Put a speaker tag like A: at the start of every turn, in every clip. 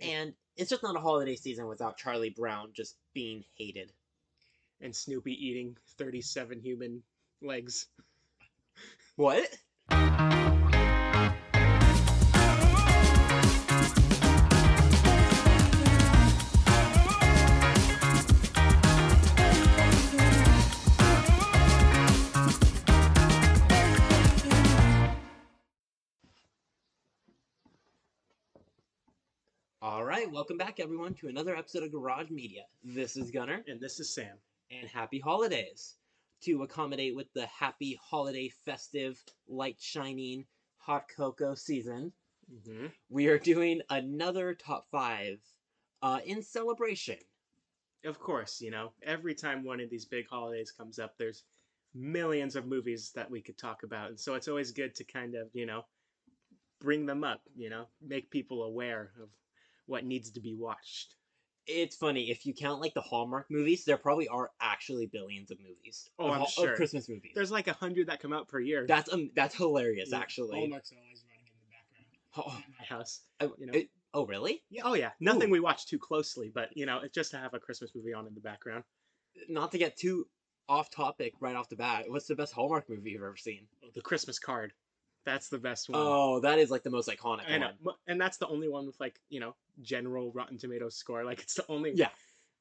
A: And it's just not a holiday season without Charlie Brown just being hated.
B: and Snoopy eating 37 human legs.
A: What? All right, welcome back everyone to another episode of Garage Media. This is Gunnar
B: And this is Sam.
A: and happy holidays to accommodate with the happy holiday festive light shining hot cocoa season
B: Mm-hmm.
A: we are doing another top five uh, in celebration
B: Of course, you know, every time one of these big holidays comes up, there's millions of movies that we could talk about. And so it's always good to kind of, you know, bring them up, you know, make people aware of what needs to be watched.
A: it's funny if you count like the hallmark movies there probably are actually billions of movies
B: Oh,
A: of,
B: I'm
A: hol- of
B: sure.
A: christmas movies
B: There's like a hundred that come out per year
A: that's um, that's hilarious
B: Yeah,
A: actually
C: Hallmark's always running in the background.
A: oh,
B: at my house.
A: oh,
B: You know.
A: it- oh, really
B: Yeah, oh yeah, nothing
A: Ooh.
B: we watch too closely, but you know, it's just to have a Christmas movie on in the background.
A: not to get too off topic right off the bat what's the best hallmark movie you've ever seen
B: Oh, The Christmas card. That's the best one.
A: oh that is like the most iconic
B: I know,
A: one
B: Mo- and that's the only one with like you know general Rotten Tomatoes score. Like it's the only.
A: Yeah.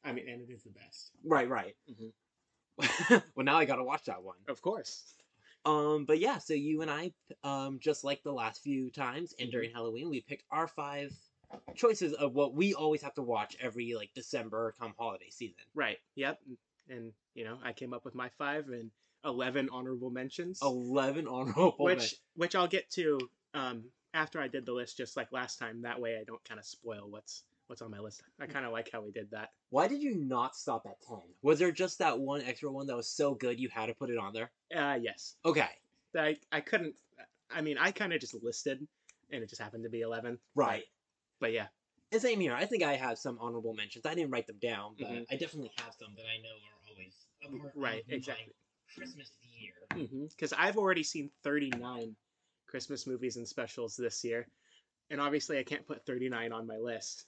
B: I mean, and
C: And it is the best.
A: right right Mm-hmm. well, now I gotta watch that one.
B: of course,
A: Um, but yeah, so you and I, um, just like the last few times and during Halloween, we picked our five choices of what we always have to watch every like December come holiday season.
B: right? Yep. And you know, I came up with my five and eleven honorable mentions,
A: Oh, Eleven honorable
B: which
A: mentions.
B: which I'll get to um, after I did the list, just like last time. That way, I don't kind of spoil what's what's on my list. I kind of like how we did that.
A: Why did you not stop at ten? Was there just that one extra one that was so good you had to put it on there?
B: Uh, yes,
A: Okay,
B: I I couldn't. I mean, I kind of just listed, and it just happened to be eleven.
A: right.
B: But yeah,
A: And same here. I think I have some honorable mentions. I didn't write them down, but
B: Mhm.
A: I definitely have some that I know are always a part of
B: right,
A: my
B: exactly.
A: Christmas year.
B: because Mm-hmm. I've already seen 39 Christmas movies and specials this year, and obviously I can't put 39 on my list.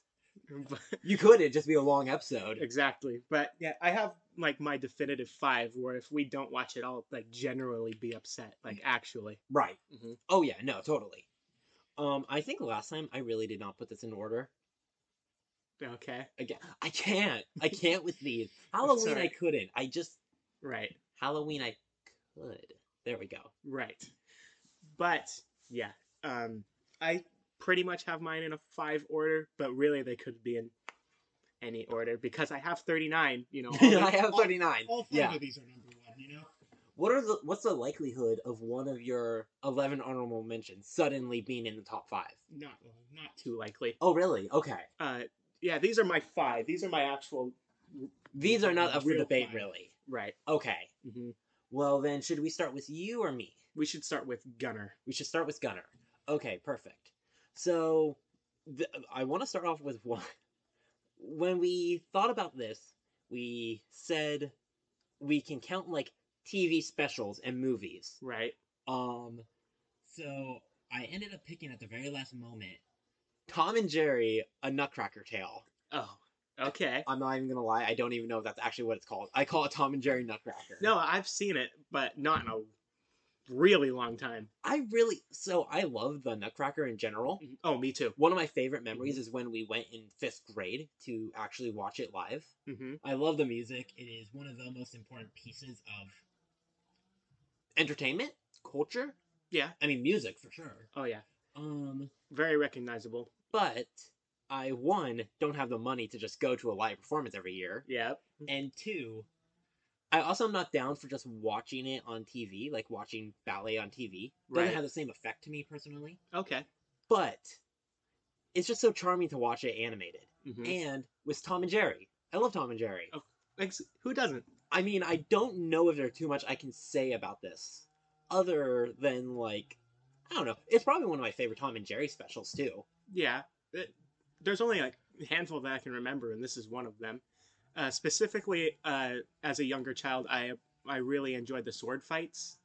B: But-
A: You could it just be a long episode.
B: exactly, but yeah, I have like my definitive five where if we don't watch it, I'll like generally be upset. Like actually,
A: Right.
C: mm-hmm.
B: Mhm.
A: Oh yeah, no, totally. Um, I think last time I really did not put this in order.
B: okay,
A: Again, I can't. I can't with these. Halloween, I
B: alright.
A: couldn't. I just
B: right,
A: Halloween, I could. There we go.
B: right, but yeah, um, I pretty much have mine in a five order, but really they could be in any order because I have 39. You know, all
A: I
B: the-
A: have
B: all-
A: thirty nine.
C: All five
A: Yeah.
C: of these are number one, you know?
A: What are the What's the likelihood of one of your eleven honorable mentions suddenly being in the top five?
C: Not well, not two.
B: too likely.
A: Oh, really? Okay.
B: uh yeah these are my five these are my actual
A: These are not up for
C: Real
A: debate,
C: five.
A: really.
B: right
A: Okay.
B: hmm
A: Well, then, should we start with you or me?
B: we should start with gunner
A: We should start with Gunner. Okay, perfect. So, th- I want to start off with one. When we thought about this, we said we can count like TV specials and movies.
B: right
A: Um, so I ended up picking at the very last moment Tom and Jerry, a Nutcracker Tale.
B: oh okay
A: I'm not even gonna lie; I don't even know if that's actually what it's called. I call it Tom and Jerry Nutcracker.
B: no i've seen it but not in a really long time
A: I really so I love the Nutcracker in general.
B: oh me too
A: One of my favorite memories is when we went in fifth grade to actually watch it live.
B: hmm
A: I love the music. It is one of the most important pieces of entertainment, culture.
B: Yeah.
A: I mean, music for sure.
B: oh yeah
A: Um,
B: very recognizable
A: but I, one, don't have the money to just go to a live performance every year.
B: yeah
A: And two, I also am not down for just watching it on TV, like watching ballet on TV. Doesn't
B: Right.
A: have the same effect to me personally.
B: okay
A: But it's just so charming to watch it animated.
B: hmm
C: Mm-hmm.
A: and with Tom and Jerry. I love Tom and Jerry.
B: Oh. Ex- who doesn't
A: I mean, I don't know if there's too much I can say about this, other than like, I don't know. It's probably one of my favorite Tom and Jerry specials too.
B: yeah It- there's only like a handful that i can remember and this is one of them uh, specifically uh, as a younger child i i really enjoyed the sword fights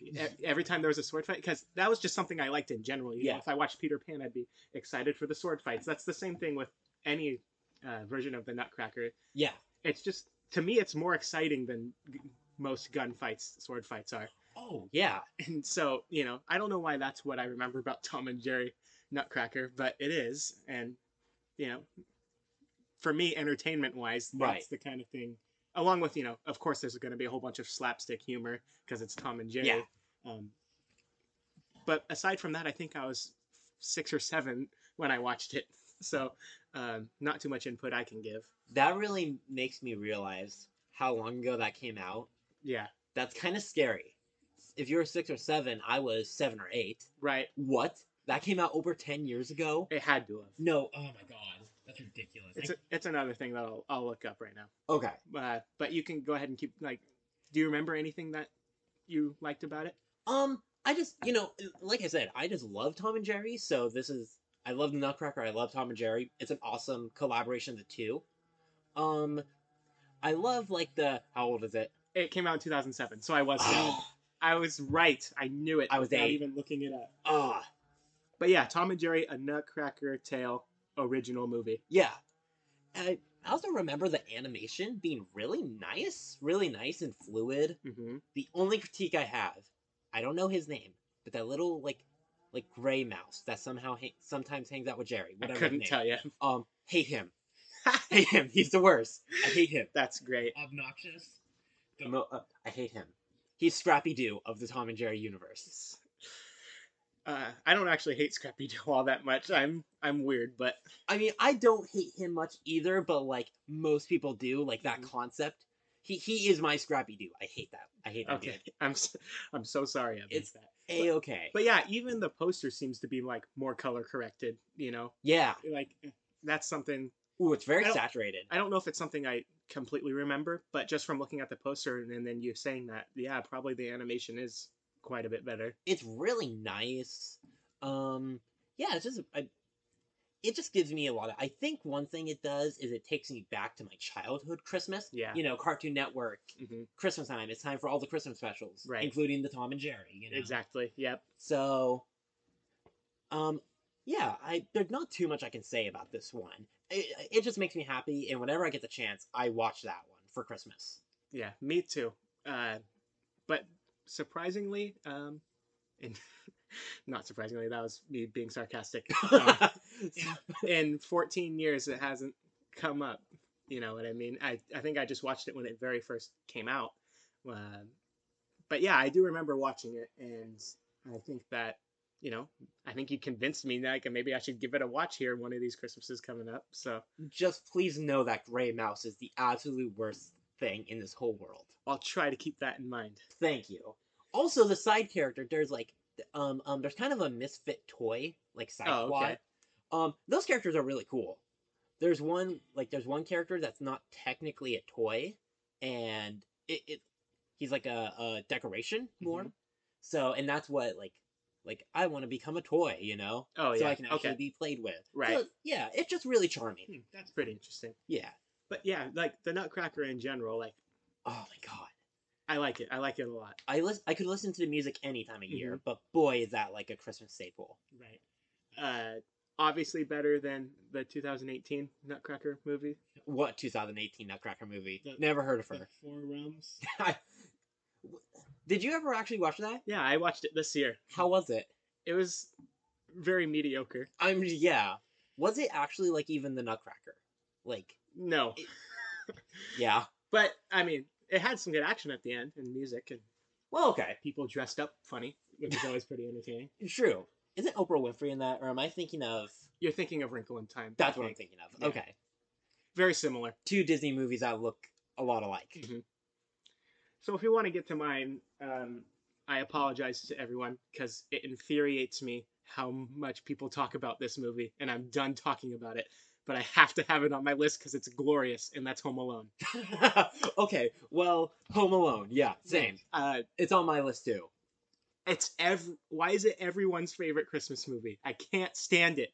B: e- every time there was a sword fight because that was just something I liked in general. You know,
A: Yeah.
B: if I watched Peter Pan, I'd be excited for the sword fights. That's the same thing with any uh, version of the Nutcracker.
A: Yeah.
B: It's just to me, it's more exciting than g- most gunfights, sword fights are.
A: Oh yeah.
B: And so, you know, I don't know why that's what I remember about Tom and Jerry Nutcracker, but it is. And, you know, for me, entertainment wise, that's
A: Right.
B: the kind of thing, along with, you know, of course, there's going to be a whole bunch of slapstick humor because it's Tom and Jerry.
A: Yeah.
B: Um, but aside from that, I think I was six or seven when I watched it. So, um, not too much input I can give.
A: That really makes me realize how long ago that came out.
B: Yeah.
A: That's kind of scary. If you were six or seven, I was seven or eight.
B: Right.
A: What? That came out over ten years ago?
B: It had to have.
A: No.
C: Oh my god, that's ridiculous.
B: It's,
C: I-
B: a, it's another thing that I'll, I'll look up right now.
A: Okay.
B: uh, but you can go ahead and keep like do you remember anything that you liked about it
A: Um, I just you know, like I said, I just love Tom and Jerry. So this is I love the Nutcracker. I love Tom and Jerry. It's an awesome collaboration of the two. Um, I love like the how old is it?
B: it came out in 2007 so i was
A: Ah,
B: i was right i knew it
A: I was
B: without
A: eight.
B: even looking it up
A: ah,
B: but yeah tom and jerry a nutcracker tale original movie
A: yeah. I I also remember the animation being really nice, really nice and fluid.
B: mm-hmm.
A: The only critique I have, I don't know his name, but that little like like gray mouse that somehow ha- sometimes hangs out with Jerry.
B: i
A: Whatever his
B: couldn't
A: name.
B: tell you
A: Um, hate him. hate him. He's the worst. I hate him.
B: that's great
C: obnoxious. Go.
A: Mo- uh, I hate him. He's Scrappy Doo of the Tom and Jerry universe.
B: uh, i don't actually hate scrappy doo all that much i'm i'm weird but
A: I mean, I don't hate him much either, but like most people do, like that
B: Mhm.
A: concept. He he is my Scrappy Doo. I hate that. I hate that.
B: okay i'm s- i'm so sorry I
A: It's-
B: missed that
A: A okay.
B: but yeah even the poster seems to be like more color corrected you know
A: Yeah.
B: like eh, that's something
A: Ooh, it's very
B: I don't-
A: saturated.
B: I don't know if it's something I completely remember, but just from looking at the poster and, and then you saying that, yeah, probably the animation is quite a bit better.
A: It's really nice. Um, yeah, it's just I, it just gives me a lot of. I think one thing it does is it takes me back to my childhood Christmas.
B: Yeah.
A: You know, Cartoon Network,
B: hmm
A: Christmas time. It's time for all the Christmas specials,
B: Right.
A: including the Tom and Jerry. You know?
B: Exactly. Yep.
A: So, um, yeah, I there's not too much I can say about this one. It, it just makes me happy, and whenever I get the chance, I watch that one for Christmas.
B: Yeah. Me too. Uh, but surprisingly, um, and not surprisingly, that was me being sarcastic. Um, in 14 years, it hasn't come up. You know what I mean? I, I think I just watched it when it very first came out. Um but yeah, I do remember watching it, and I think that, you know, I think you convinced me that like, maybe I should give it a watch here one of these Christmases coming up. So
A: just please know that Gray Mouse is the absolute worst thing in this whole world.
B: I'll try to keep that in mind.
A: Thank you. Also, the side character there's like th- um um there's kind of a misfit toy like side
B: Oh, okay.
A: quad. Um, those characters are really cool. There's one like there's one character that's not technically a toy, and it, it he's like a, a decoration
B: Mm-hmm.
A: more. So and that's what like like I want to become a toy, you know,
B: Oh,
A: so
B: yeah.
A: I can actually
B: okay.
A: be played with.
B: Right.
A: So, yeah, it's just really charming.
B: Hmm, that's pretty interesting.
A: Yeah.
B: But yeah, like the Nutcracker in general, like,
A: Oh my god.
B: I like it. I like it a lot.
A: I lis- I could listen to the music any time of year, but boy, is that like a Christmas staple.
C: Right.
B: Uh, obviously better than the 2018 Nutcracker movie.
A: What 2018 Nutcracker movie?
C: The-
A: Never heard of
C: The
A: her.
C: four realms.
A: Did you ever actually watch that?
B: Yeah, I watched it this year.
A: How was it?
B: It was very mediocre.
A: I'm yeah. Was it actually like even the Nutcracker? Like
B: No,
A: yeah.
B: but I mean, it had some good action at the end and music and
A: Well, okay,
B: people dressed up funny, which is always pretty entertaining.
A: true. Is it Oprah Winfrey in that, or am I thinking of?
B: You're thinking of Wrinkle in Time.
A: That's
B: I
A: what I'm
B: think.
A: thinking of.
B: Yeah.
A: Okay,
B: Very similar.
A: two Disney movies that look a lot alike.
B: Mhm. So if you want to get to mine, um, I apologize to everyone because it infuriates me how much people talk about this movie, and I'm done talking about it. But I have to have it on my list because it's glorious, and that's Home Alone.
A: okay, well, Home Alone, yeah, same.
B: Uh,
A: It's on my list too.
B: It's every. Why is it everyone's favorite Christmas movie? I can't stand it,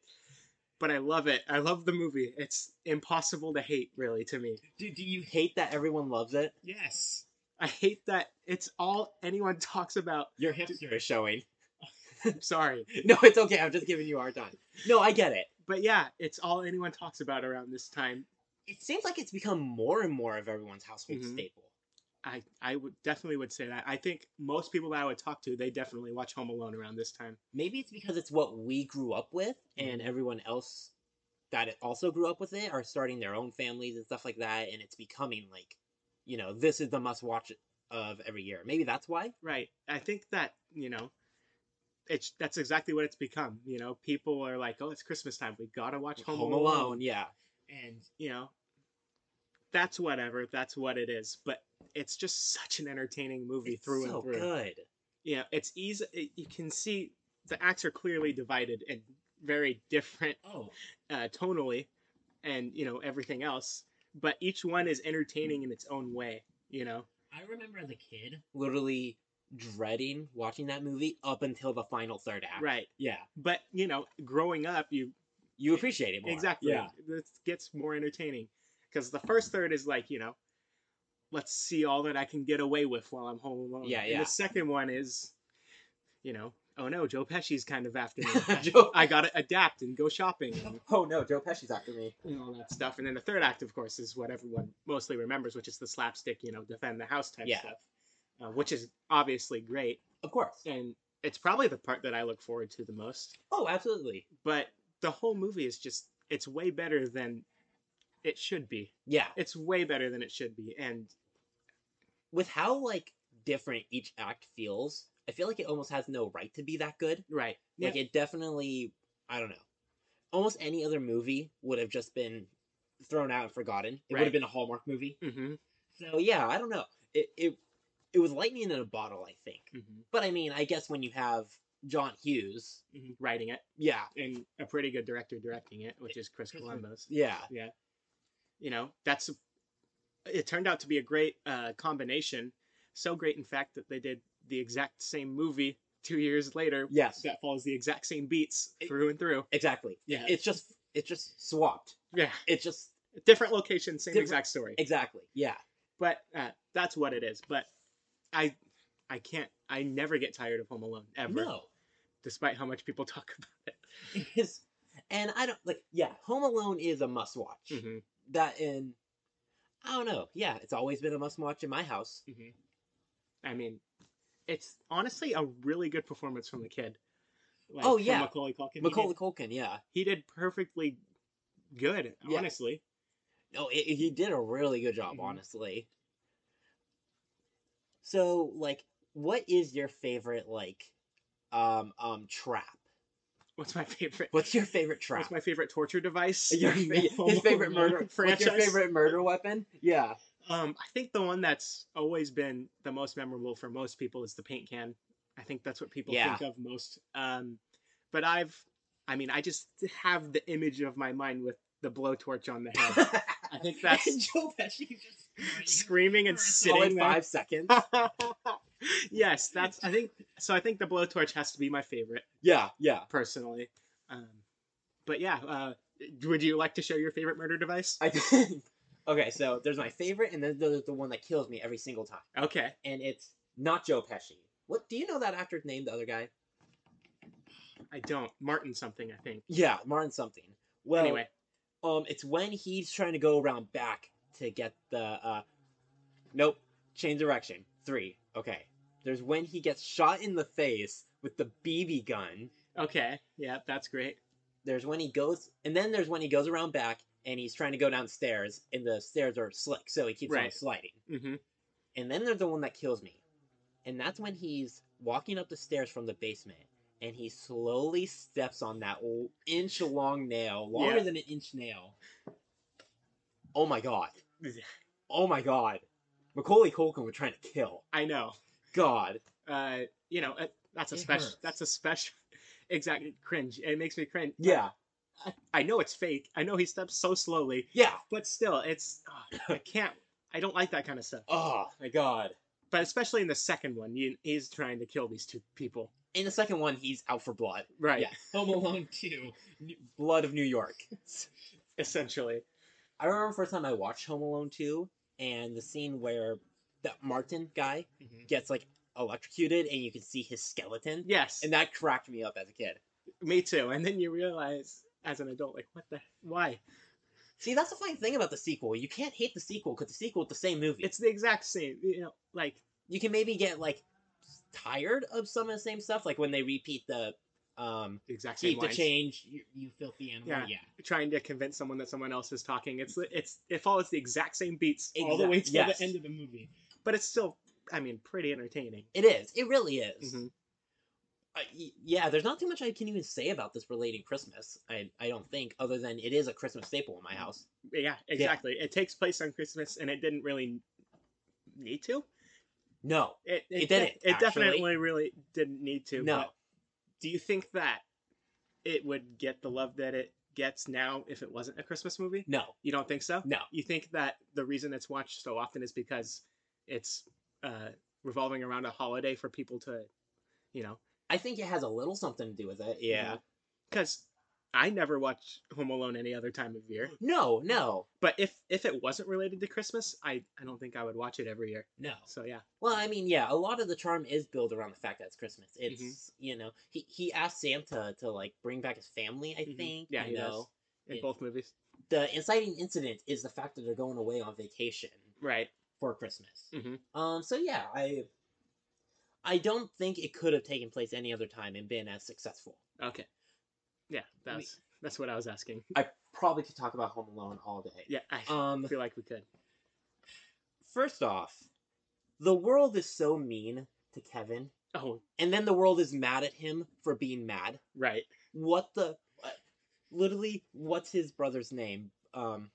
B: but I love it. I love the movie. It's impossible to hate, really, to me.
C: Do, do you?
A: Hate that everyone loves it.
C: Yes.
B: I hate that it's all anyone talks about.
A: Your hipster is showing.
B: I'm sorry.
A: No, it's okay. I'm just giving you a hard time. No, I get it.
B: But yeah, it's all anyone talks about around this time.
A: It seems like it's become more and more of everyone's household
B: Mhm.
A: staple.
B: I, I would definitely would say that. I think most people that I would talk to, they definitely watch Home Alone around this time.
A: Maybe it's because it's what we grew up with, and everyone else that it also grew up with it are starting their own families and stuff like that, and it's becoming like, you know, this is the must watch of every year. Maybe that's why.
B: Right. I think that, you know, it's that's exactly what it's become. You know, people are like, oh, it's Christmas time. We got to watch Home, Alone.
A: Yeah.
C: And
B: You know, that's whatever. That's what it is. But it's just such an entertaining movie
A: It's
B: through
A: so
B: and through.
A: good.
B: You know, it's easy. It, you can see the acts are clearly divided and very different
C: oh,
B: uh, tonally and, you know, everything else. But each one is entertaining in its own way, you know?
C: I remember as a kid.
A: Literally dreading watching that movie up until the final third act.
B: Right.
A: Yeah.
B: But, you know, growing up, you
A: You appreciate it more.
B: Exactly.
A: Yeah.
B: It gets more entertaining because the first third is like, you know, let's see all that I can get away with while I'm home alone.
A: Yeah,
B: And
A: yeah.
B: the second one is, you know, oh no, Joe Pesci's kind of after me.
A: Joe-
B: I got to adapt and go shopping and,
A: oh no, Joe Pesci's after me.
B: and all that stuff. And then the third act, of course, is what everyone mostly remembers, which is the slapstick, you know, defend the house type
A: Yeah.
B: stuff, uh, which is obviously great.
A: Of course.
B: And it's probably the part that I look forward to the most
A: Oh, absolutely.
B: but the whole movie is just it's way better than it should be
A: Yeah.
B: it's way better than it should be and
A: With how like different each act feels, I feel like it almost has no right to be that good.
B: right
A: Like it definitely I don't know. Almost any other movie would have just been thrown out and forgotten. It would
B: Right.
A: have been a Hallmark movie.
B: hmm
A: So yeah, I don't know. It it it was lightning in a bottle, I think.
B: hmm
A: But I mean, I guess when you have John Hughes,
B: writing it
A: yeah,
B: and a pretty good director directing it which is chris
C: Chris
B: columbus
A: yeah,
B: you know that's it turned out to be a great uh, combination so great in fact that they did the exact same movie two years later
A: yes,
B: that follows the exact same beats through and through
A: exactly.
B: Yeah.
A: It's just it's just swapped.
B: yeah
A: It's just
B: different location same
A: Different-
B: exact story
A: exactly. Yeah.
B: but uh, that's what it is. But I, I can't. I never get tired of Home Alone ever,
A: No.
B: despite how much people talk about
A: It's- and I don't like yeah, Home Alone is a must watch.
B: it. Mm-hmm.
A: That and I don't know. Yeah, it's always been a must watch in my house.
B: Mm-hmm. I mean, it's honestly a really good performance from the kid. Like,
A: Oh,
B: from
A: yeah.
B: Macaulay Culkin.
A: Macaulay Culkin, yeah.
B: He did, he did perfectly good.
A: Yeah.
B: Honestly,
A: No, it, it- he did a really good job,
B: Mhm.
A: honestly. So, like, what is your favorite like, um, um, trap?
B: what's my favorite?
A: What's your favorite trap?
B: What's my favorite torture device?
A: your,
B: in the
A: fa-
B: Home
A: his favorite
B: Alone
A: murder. What's your
B: franchise?
A: favorite murder weapon? Yeah.
B: Um, I think the one that's always been the most memorable for most people is the paint can. I think that's what people
A: Yeah.
B: think of most. Um, but I've, I mean, I just have the image of my mind with the blowtorch on the head,
A: I
B: think that's-
A: Joe Pesci
C: just
B: screaming and
C: All
A: all in
B: sitting there.
A: five seconds.
B: yes, that's. I think so. I think the blowtorch has to be my favorite
A: yeah, yeah.
B: personally. Um, but yeah, uh, would you like to share your favorite murder device?
A: I think. Okay, so there's my favorite, and then there's the one that kills me every single time,
B: Okay,
A: and it's not Joe Pesci. What do you know that actor's name? The other guy?
B: I don't. Martin something, I think.
A: Yeah, Martin something. Well,
B: anyway,
A: Um, it's when he's trying to go around back to get the uh, nope, change direction. Three. Okay. There's when he gets shot in the face with the BB gun.
B: okay, yeah, that's great.
A: There's when he goes, and then there's when he goes around back and he's trying to go downstairs, and the stairs are slick, so he keeps on
B: Right.
A: sliding.
B: hmm
A: And then there's the one that kills me, and that's when he's walking up the stairs from the basement. And he slowly steps on that inch long nail, longer
B: Yeah.
A: than an inch nail. Oh my god.
B: Yeah.
A: Oh my god. Macaulay Culkin were trying to kill.
B: I know.
A: God.
B: Uh, you know, uh, that's a
C: It
B: special.
C: hurts.
B: That's a special. Exactly, cringe. It makes me cringe.
A: Yeah.
B: I know it's fake. I know he steps so slowly,
A: Yeah.
B: but still, it's. ah, I can't. I don't like that kind of stuff.
A: Oh my god.
B: But especially in the second one, you, he's trying to kill these two people.
A: In the second one, he's out for blood.
B: Right.
A: Yeah.
C: Home Alone Two.
A: Blood of New York.
B: Essentially.
A: I remember the first time I watched Home Alone 2 and the scene where that Martin guy
C: Mhm.
A: gets like electrocuted and you can see his skeleton.
B: Mm-hmm. Yes,
A: And that cracked me up as a kid.
B: me too. And then you realize as an adult, like, what the why?
A: See, that's the funny thing about the sequel. You can't hate the sequel because the sequel is the same movie.
B: It's the exact same. You know, like
A: you can maybe get like tired of some of the same stuff, like when they repeat the um
B: the exact same
A: keep the
B: lines.
A: change.
C: You, you filthy animal.
B: Yeah.
C: Yeah.
B: Trying to convince someone that someone else is talking. It's it's it follows the exact same beats all the way
A: Exact-
B: to
A: yes.
B: the end of
C: the movie.
B: but it's still i mean pretty entertaining
A: It is. It really is.
B: Mhm.
A: Uh, y- yeah, there's not too much I can even say about this relating Christmas. I I don't think, other than it is a Christmas staple in my
B: Mm-hmm.
A: house.
B: yeah exactly it takes place on christmas and it didn't really need to
A: No,
B: it,
A: It didn't,
B: it
A: actually.
B: definitely really didn't need to
A: no,
B: but do you think that it would get the love that it gets now if it wasn't a christmas movie
A: no,
B: you don't think so
A: no.
B: you think that the reason it's watched so often is because it's uh revolving around a holiday for people to you know
A: I think it has a little something to do with it. Yeah.
B: because i never watch home alone any other time of year
A: No, no.
B: But if if it wasn't related to Christmas, I I don't think I would watch it every year.
C: No.
B: So yeah,
A: Well, I mean, yeah, a lot of the charm is built around the fact that it's Christmas.
B: Mm-hmm.
A: It's you know, he he asked Santa to like bring back his family. I
B: Mhm.
A: think.
B: Yeah,
A: you
B: he
A: know.
B: does. in
A: Yeah.
B: both movies,
A: the inciting incident is the fact that they're going away on vacation
B: right?
A: for Christmas.
B: Mhm.
A: Um, so yeah, I I don't think it could have taken place any other time and been as successful.
B: Okay, yeah, that's that's what I was asking.
A: I probably could talk about Home Alone all day.
B: Yeah, I
A: Um,
B: feel like we could.
A: first off, the world is so mean to Kevin,
B: Oh,
A: and then the world is mad at him for being mad.
B: right.
A: What the? uh, Literally, what's his brother's name? Um,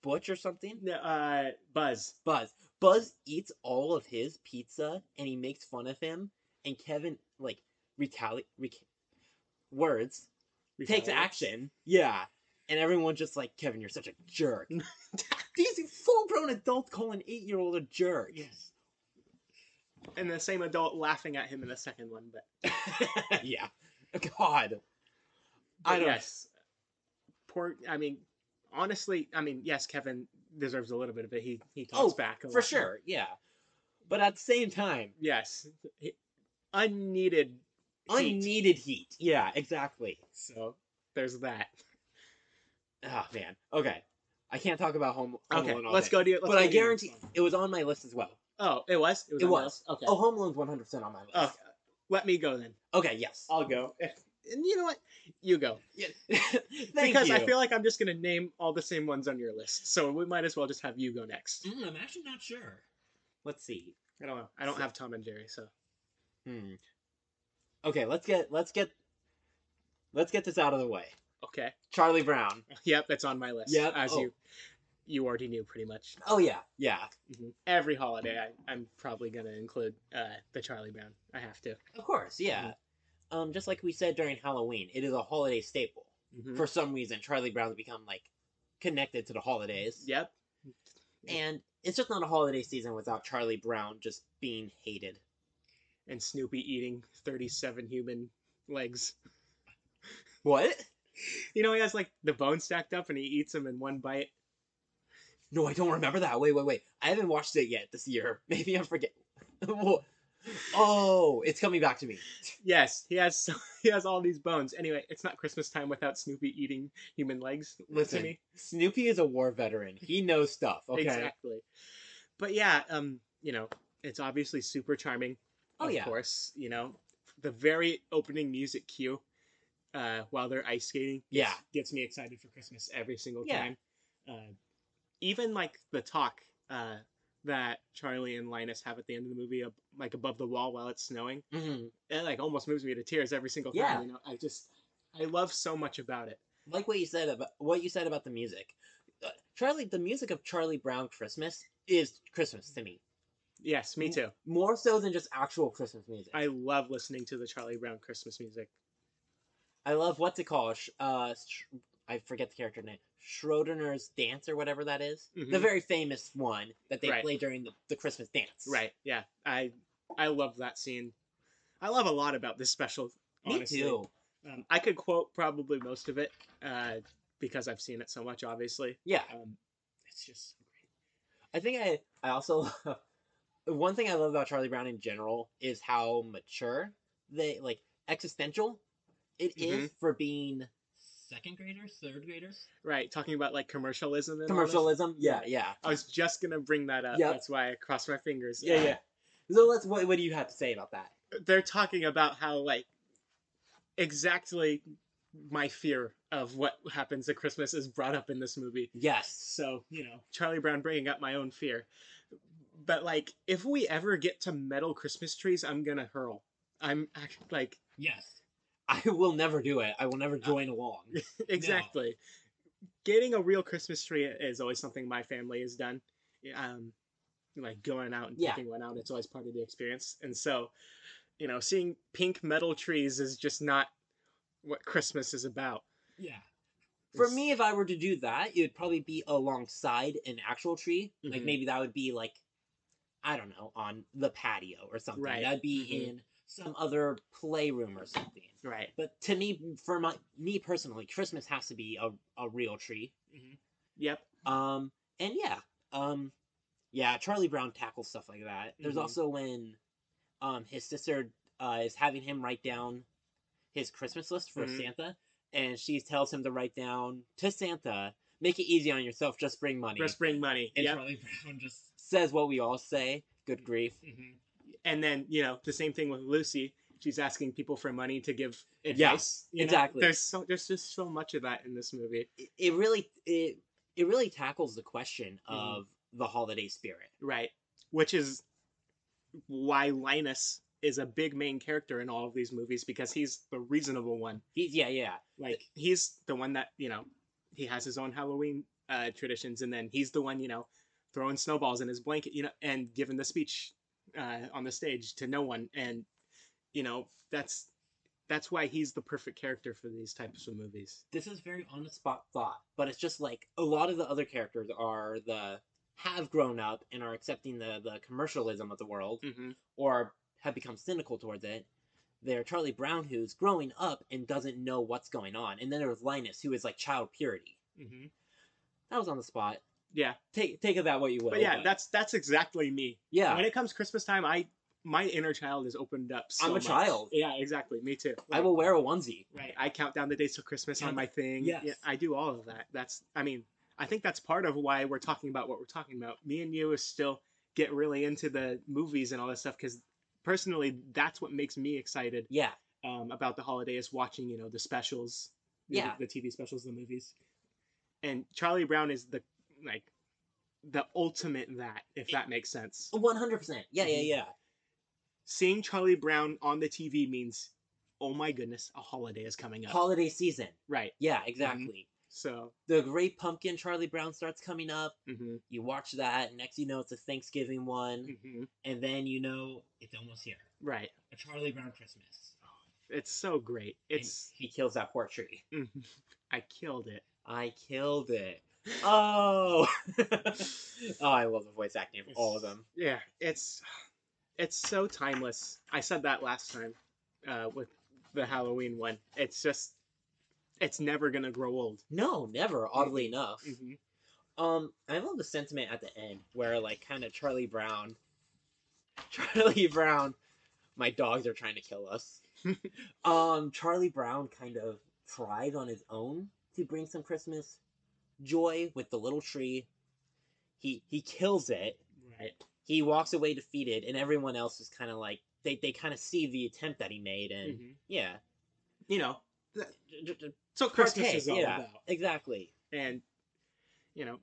A: Butch or something?
B: No, uh, Buzz.
A: Buzz. Buzz eats all of his pizza and he makes fun of him. And Kevin, like, retaliate. Rec- words. Takes
B: Retaliates.
A: action. Yeah. And everyone just like, Kevin, you're such a jerk. These full grown adults call an eight year old a jerk.
C: Yes.
B: and the same adult laughing at him in the second one. But,
A: yeah. God. I
B: but
A: don't.
B: Yes. Poor. I mean, honestly, I mean, yes, Kevin deserves a little bit of it. He he talks
A: Oh,
B: back a
A: For
B: lot.
A: sure. Yeah. But at the same time,
B: Yes, He- unneeded. heat.
A: unneeded heat. Yeah, exactly.
B: So there's that.
A: Oh, man. Okay. I can't talk about Home, home
B: Okay,
A: Alone all
B: let's
A: day.
B: go to. Let's
A: but
B: go
A: I
B: to your
A: guarantee
B: next one.
A: it was on my list as well.
B: Oh, it was.
A: It
B: on
A: was.
B: this? Okay.
A: Oh, Home Alone's one hundred percent on my list.
B: Oh, let me go then.
A: Okay, yes.
B: I'll go. And you know what? You go
A: Yeah. Thank
B: because
A: you.
B: I feel like I'm just gonna name all the same ones on your list. So we might as well just have you go next.
C: Mm, I'm actually not sure.
A: Let's see.
B: I don't know. I don't have Tom and Jerry, so
A: Hmm. Okay, let's get let's get let's get this out of the way.
B: okay.
A: Charlie Brown.
B: Yep, it's on my list.
A: Yep.
B: As
A: Oh.
B: you, you already knew pretty much. Mm-hmm.
A: Oh yeah, yeah.
B: Every holiday, I, I'm probably gonna include uh, the Charlie Brown. I have to.
A: Of course, yeah. Um, just like we said during Halloween, it is a holiday staple.
B: Mhm.
A: For some reason, Charlie Brown's become like connected to the holidays.
B: Yep.
A: And it's just not a holiday season without Charlie Brown just being hated.
B: And Snoopy eating 37 human legs.
A: What?
B: You know, he has like the bone stacked up and he eats them in one bite.
A: No, I don't remember that. Wait, wait, wait. I haven't watched it yet this year. Maybe I'm forget. Wha- oh, it's coming back to me.
B: Yes, he has so, he has all these bones. Anyway, it's not Christmas time without Snoopy eating human legs.
A: Listen,
B: to me.
A: Snoopy is a war veteran. He knows stuff. Okay.
B: exactly. But yeah, um, you know, it's obviously super charming.
A: Oh,
B: of
A: yeah.
B: course, you know, the very opening music cue, uh, while they're ice skating. gets-
A: Yeah.
B: gets me excited for Christmas every single
A: Yeah.
B: time. Uh, even like the talk uh, that Charlie and Linus have at the end of the movie, ab- like above the wall while it's snowing.
A: Mhm.
B: it like almost moves me to tears every single time.
A: Yeah.
B: You know, I just I love so much about it.
A: Like what you said about what you said about the music. Uh, Charlie, the music of Charlie Brown Christmas is Christmas to me,
B: Yes, me
A: Mm.
B: too.
A: more so than just actual Christmas music.
B: I love listening to the Charlie Brown Christmas music.
A: I love what's it called? Sh- Uh, Sh- I forget the character name. Schrodinger's dance or whatever that is. The
B: Mhm.
A: very famous one that they
B: Right.
A: play during the, the Christmas dance.
B: Right. Yeah. I I love that scene. I love a lot about this special.
A: Me
B: Honestly.
A: too.
B: Um, I could quote probably most of it uh, because I've seen it so much. Obviously.
A: Yeah.
B: Um,
C: It's just so great.
A: I think I I also one thing I love about Charlie Brown in general is how mature they like existential It is for being
C: Second graders, third graders.
B: Right, talking about like commercialism. And all this.
A: commercialism. Yeah, yeah.
B: I was just gonna bring that up.
A: Yep.
B: That's why I crossed my fingers.
A: Yeah, yeah. So let's what what do you have to say about that?
B: They're talking about how like exactly my fear of what happens at Christmas is brought up in this movie.
A: Yes.
B: So you know, Charlie Brown bringing up my own fear. But like, if we ever get to metal Christmas trees, I'm gonna hurl. I'm act- like
C: Yes.
A: I will never do it. I will never join along.
B: exactly. Getting a real Christmas tree is always something my family has done. Um, like going out and
A: Yeah.
B: picking one out, it's always part of the experience. And so, you know, seeing pink metal trees is just not what Christmas is about.
C: Yeah.
A: For
B: It's-
A: me, if I were to do that, it would probably be alongside an actual tree. Like
B: Mhm.
A: maybe that would be like, I don't know, on the patio or something.
B: Right.
A: That'd be
B: Mhm.
A: in some other playroom or something.
B: right,
A: But to me, for my me personally, Christmas has to be a, a real tree.
B: yep,
A: Um, and yeah, um, yeah, Charlie Brown tackles stuff like that. There's
B: Mhm.
A: also when, um, his sister uh, is having him write down his Christmas list for
B: Mhm.
A: Santa, and she tells him to write down to Santa, make it easy on yourself, just bring money.
B: just bring money.
C: And
B: yep.
C: Charlie Brown just.
A: Says what we all say. Good grief.
C: mhm.
B: and then you know the same thing with Lucy. She's asking people for money to give advice. you know?
A: exactly.
B: There's so there's just so much of that in this movie.
A: It, it really it it really tackles the question
B: Mhm.
A: of the holiday spirit.
B: Right. Which is why Linus is a big main character in all of these movies because he's the reasonable one.
A: He's yeah yeah
B: Like he's the one that, you know, he has his own Halloween uh, traditions and then he's the one, you know, throwing snowballs in his blanket, you know, and giving the speech uh, on the stage to no one and you know, that's that's why he's the perfect character for these types of movies.
A: this is very on the spot thought, but it's just like a lot of the other characters are the have grown up and are accepting the the commercialism of the world
B: Mm-hmm.
A: or have become cynical towards it. They're Charlie Brown who's growing up and doesn't know what's going on, and then there's Linus who is like child purity.
B: Mm-hmm.
A: That was on the spot.
B: Yeah.
A: Take take of that what you will.
B: But yeah, that's that's exactly me.
A: yeah.
B: When it comes Christmas time, I my inner child is opened up. So
A: I'm a
B: much.
A: child.
B: Yeah, exactly. Me too.
A: I will wear a onesie.
B: Right. I count down the days till Christmas on
C: Count-
B: my thing.
C: Yes.
B: Yeah, I do all of that. That's. I mean, I think that's part of why we're talking about what we're talking about. Me and you is still get really into the movies and all that stuff because personally, that's what makes me excited
A: Yeah.
B: um, about the holiday is watching. You know, the specials. you know,
A: Yeah.
B: The, TV specials, the movies, and Charlie Brown is the like the ultimate that if that makes sense
A: One hundred percent. Yeah, yeah,
B: Mhm.
A: yeah.
B: seeing Charlie Brown on the TV means, oh my goodness, a holiday is coming up.
A: Holiday season.
B: right.
A: Yeah, exactly.
B: So,
A: The Great Pumpkin Charlie Brown starts coming up.
B: hmm
A: You watch that, next you know it's a Thanksgiving one.
B: hmm
A: and then you know
C: It's almost here.
B: right.
C: A Charlie Brown Christmas.
B: It's so great.
A: and
B: It's.
A: he kills that poor tree.
B: Mhm. I killed it.
A: I killed it. Oh, oh, I love the voice acting of all of them.
B: Yeah. It's. It's so timeless. I said that last time, uh, with the Halloween one. It's just. It's never gonna grow old.
A: No, never. Oddly enough,
B: hmm
A: um, I love the sentiment at the end where like kind of Charlie Brown, Charlie Brown, my dogs are trying to kill us. um, Charlie Brown kind of tried on his own to bring some Christmas joy with the little tree. He he kills it.
B: Right.
A: he walks away defeated and everyone else is kind of like they, they kind of see the attempt that he made and
B: hmm
A: yeah
B: You know. So Christmas
A: Christmas
B: is all
A: yeah
B: about.
A: exactly
B: and you know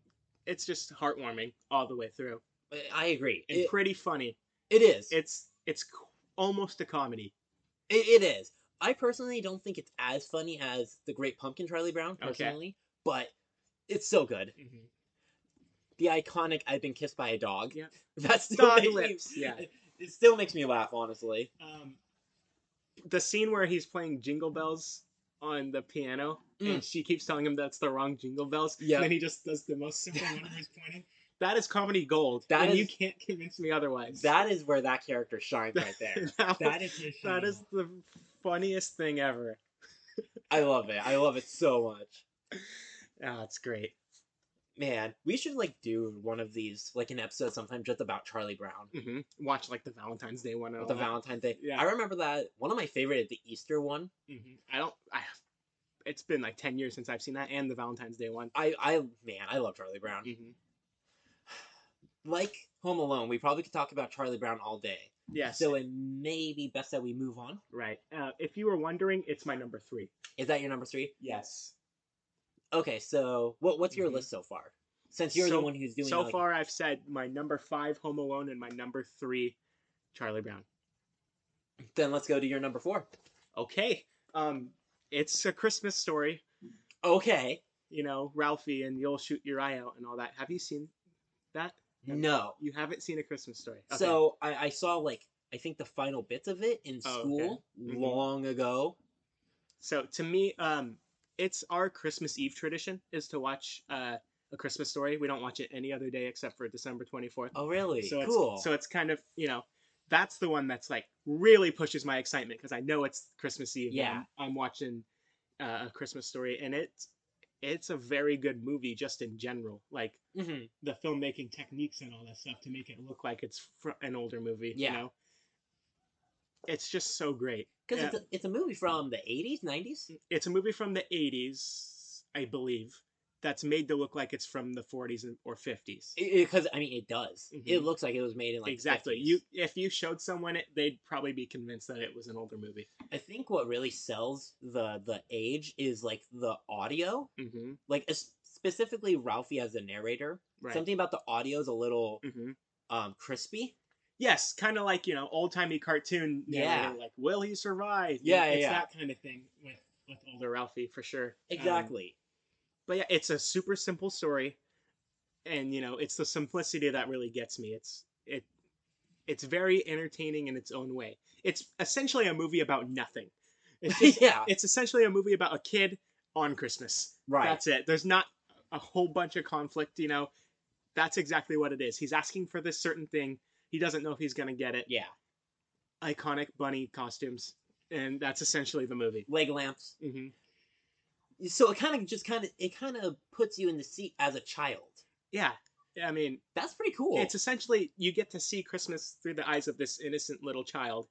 B: it's just heartwarming all the way through
A: I- i agree
B: and
A: It-
B: pretty funny
A: it is it,
B: it's it's qu- almost a comedy
A: it is i personally don't think it's as funny as the great pumpkin charlie brown
B: Okay.
A: personally but it's so good
C: Mm-hmm.
A: the iconic i've been kissed by a dog
B: Yeah.
A: that's still
B: dog
A: makes me-
B: lips yeah
A: it still makes me laugh honestly
C: Um,
B: the scene where he's playing jingle bells on the piano and she keeps telling him that's the wrong jingle bells
A: Mm. Yeah.
B: and then he just does the most
C: simple one who's pointing.
B: that is comedy gold
A: That
B: and you
A: is-
B: can't convince me otherwise
A: that is where that character shines right there
B: that,
C: That is his
B: that is
C: channel.
B: the funniest thing ever
A: i love it i love it so much
B: Ah, it's great
A: man, we should like do one of these, like an episode sometime just about Charlie Brown.
B: hmm Watch like the Valentine's Day one. and
A: With Mm-hmm.
B: all
A: the
B: that.
A: Valentine's Day.
B: Yeah.
A: I remember that one of my favorite, the Easter one.
C: Mm-hmm.
B: Mhm. I don't. I. It's been like ten years since I've seen that, and the Valentine's Day one.
A: I I man, I love Charlie Brown.
B: hmm
A: Like Home Alone, we probably could talk about Charlie Brown all day.
B: Yes.
A: So it may be best that we move on.
B: right. Uh, if you were wondering, it's my number three.
A: Is that your number three?
B: Yes.
A: Okay, so what what's your
B: Mhm.
A: list so far? Since you're
B: So-
A: the one who's doing
B: so
A: like-
B: far, I've said my number five, Home Alone, and my number three, Charlie Brown.
A: then let's go to your number four.
B: Okay. Um, it's a Christmas story.
A: Okay.
B: You know, Ralphie and you'll shoot your eye out and all that. Have you seen that?
A: No.
B: You haven't seen a Christmas story. Okay.
A: So I, I saw like I think the final bits of it in
B: Oh, okay.
A: school
B: Mhm.
A: long ago.
B: So to me, um, it's our Christmas Eve tradition is to watch uh, a Christmas story. We don't watch it any other day except for December twenty fourth.
A: Oh really?
B: So
A: cool.
B: it's so it's kind of you know that's the one that's like really pushes my excitement because I know it's Christmas Eve. and
A: Yeah.
B: I'm- I'm, watching uh, a Christmas story, and it's it's a very good movie just in general. Like
A: hmm
B: the filmmaking techniques and all that stuff to make it look like it's fr- an older movie.
A: Yeah.
B: You know? It's just so great.
A: Because
B: Yeah.
A: it's, a, it's a movie from the 80s, 90s?
B: it's a movie from the 80s, I believe, that's made to look like it's from the 40s and- or 50s.
A: Because, I mean, it does. It
B: Mhm.
A: looks like it was made in like.
B: Mm-hmm. exactly.
A: 50s.
B: You if you showed someone it, they'd probably be convinced that it was an older movie.
A: I think what really sells the the age is like the audio.
B: Mm-hmm.
A: Like, es- specifically Ralphie as the narrator.
B: Right.
A: Something about the audio is a little
B: hmm
A: um crispy.
B: Yes, kind of like you know old timey cartoon.
A: Yeah.
B: narrator, Like, will he survive?
A: Yeah, yeah,
B: it's
A: yeah.
B: that kind of thing with with older Ralphie for sure. Um,
A: Exactly.
B: but yeah, it's a super simple story, and you know, it's the simplicity that really gets me. It's it, it's very entertaining in its own way. It's essentially a movie about nothing. It's just,
A: yeah.
B: it's essentially a movie about a kid on Christmas.
A: Right.
B: That's it. There's not a whole bunch of conflict. You know, that's exactly what it is. He's asking for this certain thing. He doesn't know if he's gonna get it.
A: yeah.
B: Iconic bunny costumes, and that's essentially the movie.
A: Leg lamps.
B: hmm
A: So it kind of just kind of it kind of puts you in the seat as a child.
B: Yeah, I mean,
A: That's pretty cool.
B: It's essentially you get to see Christmas through the eyes of this innocent little child.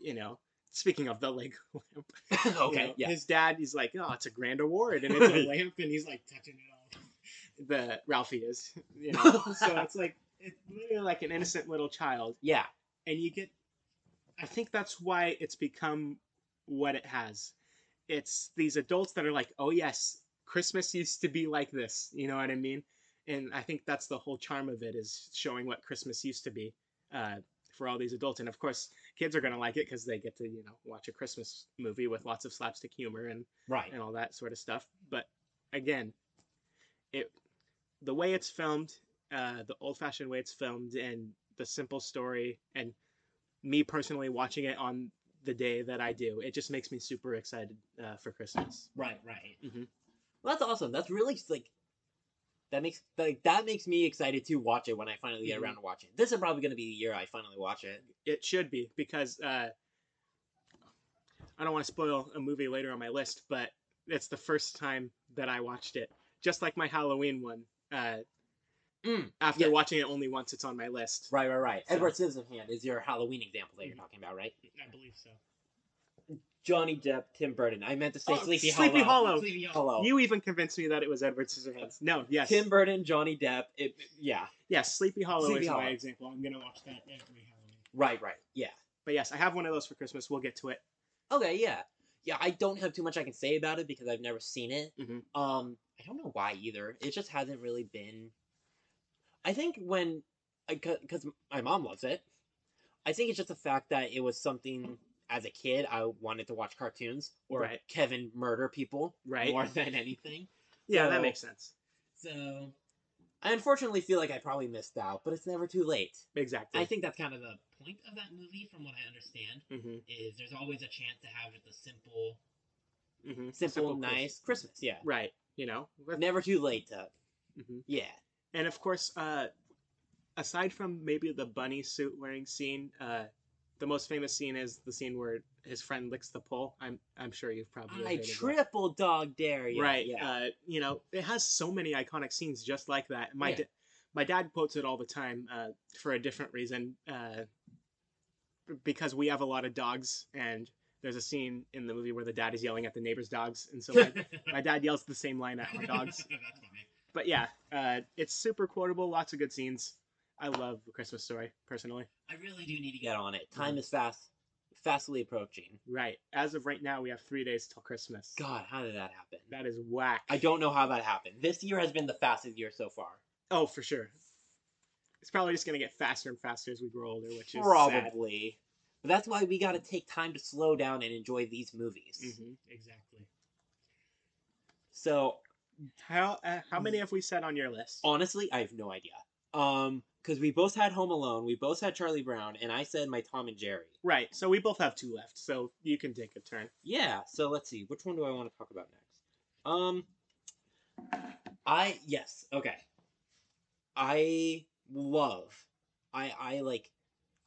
B: You know, speaking of the leg lamp. you
A: okay.
B: know,
A: yeah.
B: His dad is like, oh, it's a grand award, and it's a lamp, and he's like,
C: like touching it all.
B: the Ralphie is. You know, so it's like it's literally like an innocent little child,
A: Yeah.
B: and you get. I think that's why it's become what it has. It's these adults that are like, oh yes, Christmas used to be like this. You know what I mean? And I think that's the whole charm of it is showing what Christmas used to be uh, for all these adults. And of course, kids are gonna like it because they get to you know watch a Christmas movie with lots of slapstick humor and
A: Right.
B: and all that sort of stuff. But again, it the way it's filmed, uh, the old fashioned way it's filmed, and the simple story, and me personally watching it on the day that I do, it just makes me super excited uh, for Christmas.
C: Right, right.
B: Mm-hmm.
A: Well, that's awesome. That's really like that makes like that makes me excited to watch it when I finally get
B: Mhm.
A: around to watching it. This is probably going to be the year I finally watch it.
B: It should be because uh, I don't want to spoil a movie later on my list, but it's the first time that I watched it, just like my Halloween one. Uh,
A: Mm,
B: after
A: yeah.
B: watching it only once, it's on my list.
A: Right, right, right.
B: So-
A: Edward Scissorhands is your Halloween example that you're
B: Mhm.
A: talking about, right?
C: I believe so.
A: Johnny Depp, Tim Burton. I meant to say
B: Oh,
A: Sleepy,
B: Sleepy
A: Hollow.
B: Hollow.
C: Sleepy Hollow.
A: Hello.
B: You even convinced me that it was Edward Scissorhands. No, yes,
A: Tim Burton, Johnny Depp. It, yeah.
B: yes, Sleepy Hollow
A: Sleepy
B: is
A: Hollow.
B: my
C: Example. I'm gonna watch that every Halloween.
A: Right, right. Yeah.
B: But yes, I have one of those for Christmas. We'll get to it.
A: Okay, yeah. Yeah, I don't have too much I can say about it because I've never seen it.
B: Mhm.
A: Um, I don't know why either. It just hasn't really been. I think when, because my mom loves it, I think it's just the fact that it was something as a kid I wanted to watch cartoons or
B: Right.
A: Kevin murder people
B: Right?
A: more than anything.
B: yeah,
A: so-
B: that makes sense.
A: So I unfortunately feel like I probably missed out, but it's never too late.
B: Exactly.
C: I think that's kind of the point of that movie, from what I understand,
B: mm-hmm.
C: is there's always a chance to have the simple.
B: Mm-hmm.
A: Simple, nice Christmas. Yeah.
B: Right. You know. But-
A: Never too late to.
B: Mhm.
A: Yeah.
B: And of course, uh, aside from maybe the bunny suit wearing scene, uh, the most famous scene is the scene where his friend licks the pole. I'm I'm sure you've probably
A: I
B: heard of it.
A: triple dog dare you.
B: right.
A: Yeah.
B: Uh, you know, it has so many iconic scenes just like that. My
A: Yeah.
B: da- my dad quotes it all the time uh, for a different reason, uh, because we have a lot of dogs, and there's a scene in the movie where the dad is yelling at the neighbor's dogs, and so my, my dad yells the same line at my dogs.
C: That's funny.
B: But yeah, uh, it's super quotable. Lots of good scenes. I love A Christmas Story personally.
C: I really do
A: need to
C: need
A: get on it. Time is fast, fastly approaching.
B: Right. As of right now, we have three days till Christmas.
A: God, how did that happen?
B: That is whack.
A: I don't know how that happened. This year has been the fastest year so far.
B: Oh, for sure. It's probably just gonna get faster and faster as we grow older, which is sad.
A: Probably. But that's why we got to take time to slow down and enjoy these movies.
B: Mhm.
C: to exactly.
A: So
B: How uh, how many have we set on your list?
A: honestly, I have no idea. Um, because we both had Home Alone, we both had Charlie Brown, and I said my Tom and Jerry.
B: Right. So we both have two left. So you can take a turn.
A: Yeah. So let's see. Which one do I want to talk about next? Um. I yes. Okay. I love. I I like.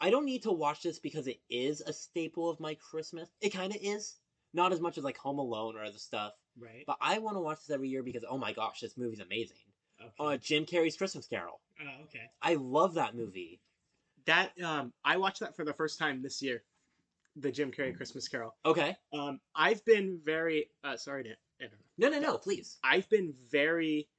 A: I don't need to watch this because it is a staple of my Christmas. It kind of is. Not as much as like Home Alone or other stuff,
C: Right.
A: but I want to watch this every year because oh my gosh, this movie's amazing.
C: Okay.
A: Uh, Jim Carrey's Christmas Carol.
C: oh, okay.
A: I love that movie.
B: That um, I watched that for the first time this year, the Jim Carrey Christmas Carol.
A: Okay.
B: Um, I've been very uh, sorry to interrupt.
A: No, no, no. Please.
B: I've been very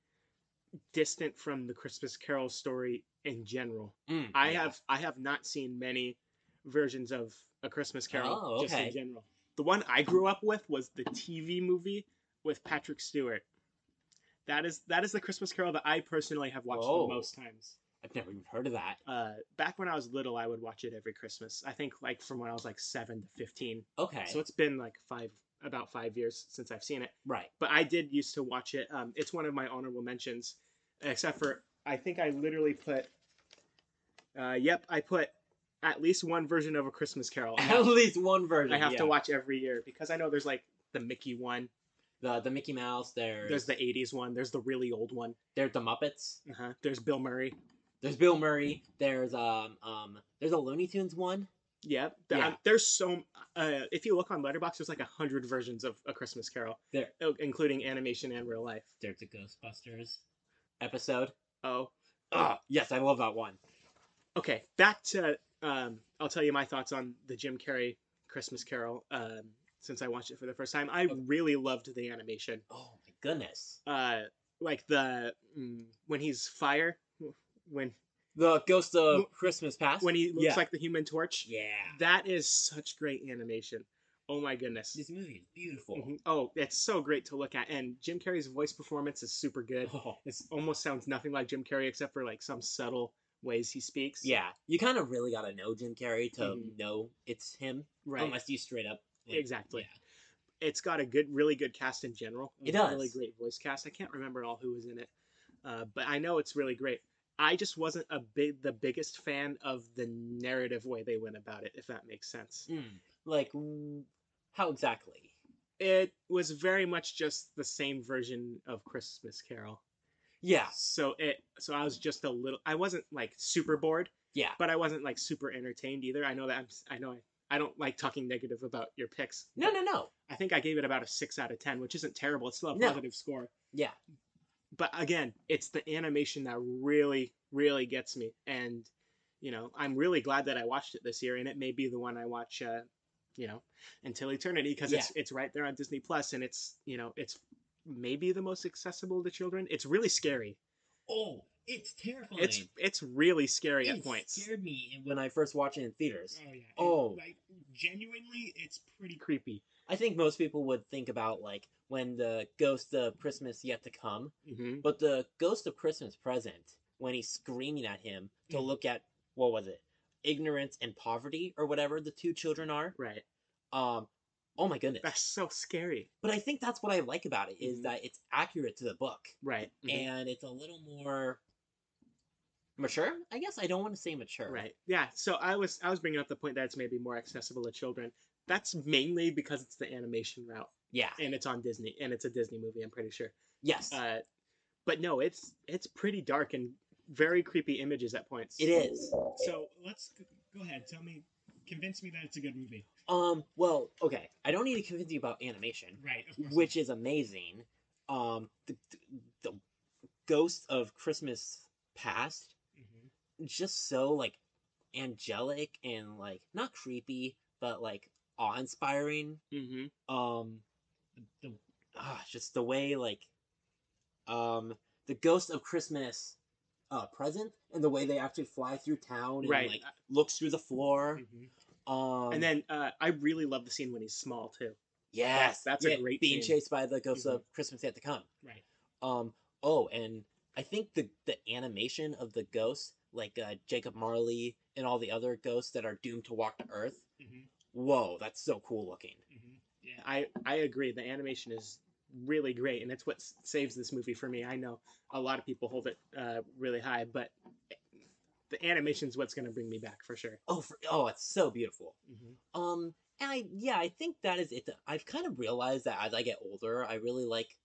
B: distant from the Christmas Carol story in general.
A: Mm,
B: I
A: yeah.
B: have I have not seen many versions of A Christmas Carol
A: Oh,
B: just
A: okay.
B: in general. The one I grew up with was the TV movie with Patrick Stewart. That is that is the Christmas Carol that I personally have watched
A: Whoa.
B: the most times.
A: I've never even heard of that.
B: Uh, back when I was little, I would watch it every Christmas. I think like from when I was like seven to fifteen.
A: Okay.
B: So it's been like five about five years since I've seen it
A: right.
B: but I did used to watch it. Um, it's one of my honorable mentions, except for I think I literally put, uh, yep, I put at least one version of A Christmas Carol. I
A: At
B: have,
A: least one version.
B: I have to
A: yeah.
B: watch every year because I know there's like the Mickey one,
A: the the Mickey Mouse. There's
B: there's the '80s one, there's the really old one,
A: there's the Muppets.
B: uh-huh. there's Bill Murray.
A: There's Bill Murray. There's um um there's a Looney Tunes one.
B: Yep, Th-
A: Yeah.
B: um, there's so. Uh, if you look on Letterboxd, there's like a hundred versions of A Christmas Carol,
A: There.
B: Oh, including animation and real life.
C: There's the Ghostbusters.
A: episode.
B: Oh,
A: Ah, yes, I love that one.
B: okay back to um i'll tell you my thoughts on the jim carrey christmas carol um since i watched it for the first time i
A: Okay.
B: really loved the animation
A: Oh my goodness.
B: uh like the mm, when he's fire when
A: The Ghost of
B: Wh-
A: Christmas Past.
B: when he looks
A: Yeah.
B: like the human torch
A: yeah.
B: that is such great animation oh my goodness
C: This movie is beautiful.
B: Mhm. oh it's so great to look at and jim carrey's voice performance is super good
A: Oh,
B: it almost sounds nothing like jim carrey except for like some subtle ways he speaks
A: yeah. You kind of really gotta know Jim Carrey to
B: Mhm.
A: know it's him,
B: right
A: unless you straight up. like,
B: Exactly. It's got a good, really good cast in general.
A: It
B: A
A: does.
B: Really great voice cast. I can't remember all who was in it, uh, but I know it's really great. I just wasn't a big, the biggest fan of the narrative way they went about it. If that makes sense,
A: mm, like mm, how exactly?
B: it was very much just the same version of Christmas Carol.
A: Yeah.
B: So it, so I was just a little. I wasn't like super bored.
A: Yeah.
B: But I wasn't like super entertained either. I know that. I'm, s- I know. I, I don't like talking negative about your picks.
A: No, no, no.
B: I think I gave it about a six out of ten, which isn't terrible. It's still a
A: No.
B: positive score.
A: Yeah.
B: But again, it's the animation that really, really gets me. And you know, I'm really glad that I watched it this year, and it may be the one I watch, uh, you know, until eternity because it's it's right there on Disney Plus, and it's you know, it's maybe the most accessible to children. It's really scary.
C: Oh, it's terrifying.
B: It's it's really scary at
C: It
B: points.
C: scared me and
A: When
C: when
A: I first watched it in theaters,
C: Oh yeah. It-
A: Oh.
C: like, genuinely, it's pretty.
B: Creepy.
A: I think most people would think about like when the ghost of Christmas yet to come,
B: hmm
A: but the ghost of Christmas present when he's screaming at him to
C: Mhm.
A: look at what was it, ignorance and poverty or whatever the two children are.
B: Right.
A: Um, oh my goodness!
B: That's so scary.
A: But I think that's what I like about it is
B: Mhm.
A: that it's accurate to the book
B: Right. Mhm.
A: and it's a little more mature. I guess I don't want to say mature.
B: Right. Yeah. So I was I was bringing up the point that it's maybe more accessible to children. That's mainly because it's the animation route
A: Yeah.
B: and it's on Disney and it's a Disney movie. I'm pretty sure.
A: Yes.
B: Uh, but no, it's it's pretty dark and very creepy images at points.
A: it is.
C: Oh, So let's g- go ahead. Tell me, Convince me that it's a good movie.
A: Um, well, okay. I don't need to convince you about animation,
C: Right. Of course.
A: which is amazing. Um, the, the, the ghosts of Christmas past
C: Mhm.
A: just so like angelic and like not creepy, but like awe inspiring.
B: Mm-hmm.
A: Um,
C: The, the,
A: ah, it's just the way like um the ghost of Christmas uh present and the way they actually fly through town and
B: Right. Mm-hmm.
A: like looks through the floor.
C: mhm.
A: Um,
B: and then uh, I really love the scene when he's small too.
A: Yes,
B: That's a great
A: being
B: scene. Mm-hmm.
A: chased by the ghosts of Christmas yet to come.
C: Right.
A: Um. Oh, and I think the the animation of the ghosts, like uh, Jacob Marley and all the other ghosts that are doomed to walk to Earth.
C: Mhm.
A: Whoa, that's so cool looking.
C: Mhm. Yeah.
B: I I agree. The animation is really great, and it's what s- saves this movie for me. I know a lot of people hold it uh, really high, but the animation's what's going to bring me back for sure.
A: Oh, for, oh, it's so beautiful.
B: Mhm.
A: Um. And I yeah, I think that is it. I've kind of realized that as I get older, I really like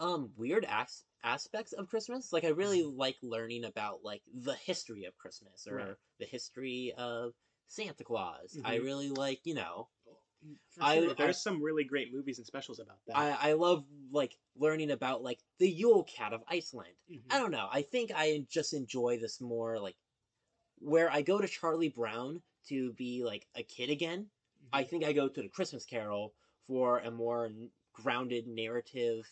A: um weird as- aspects of Christmas. Like I really like learning about like the history of Christmas or
B: Right.
A: the history of Santa Claus. I
B: Mhm.
A: really like you know
B: For
A: I-
B: sure.
A: I-
B: There's some really great movies and specials about that.
A: I, I love like learning about like the Yule Cat of Iceland.
C: Mhm.
A: I don't know. I think I just enjoy this more like where I go to Charlie Brown to be like a kid again.
C: Mhm.
A: I think I go to the Christmas Carol for a more n- grounded narrative.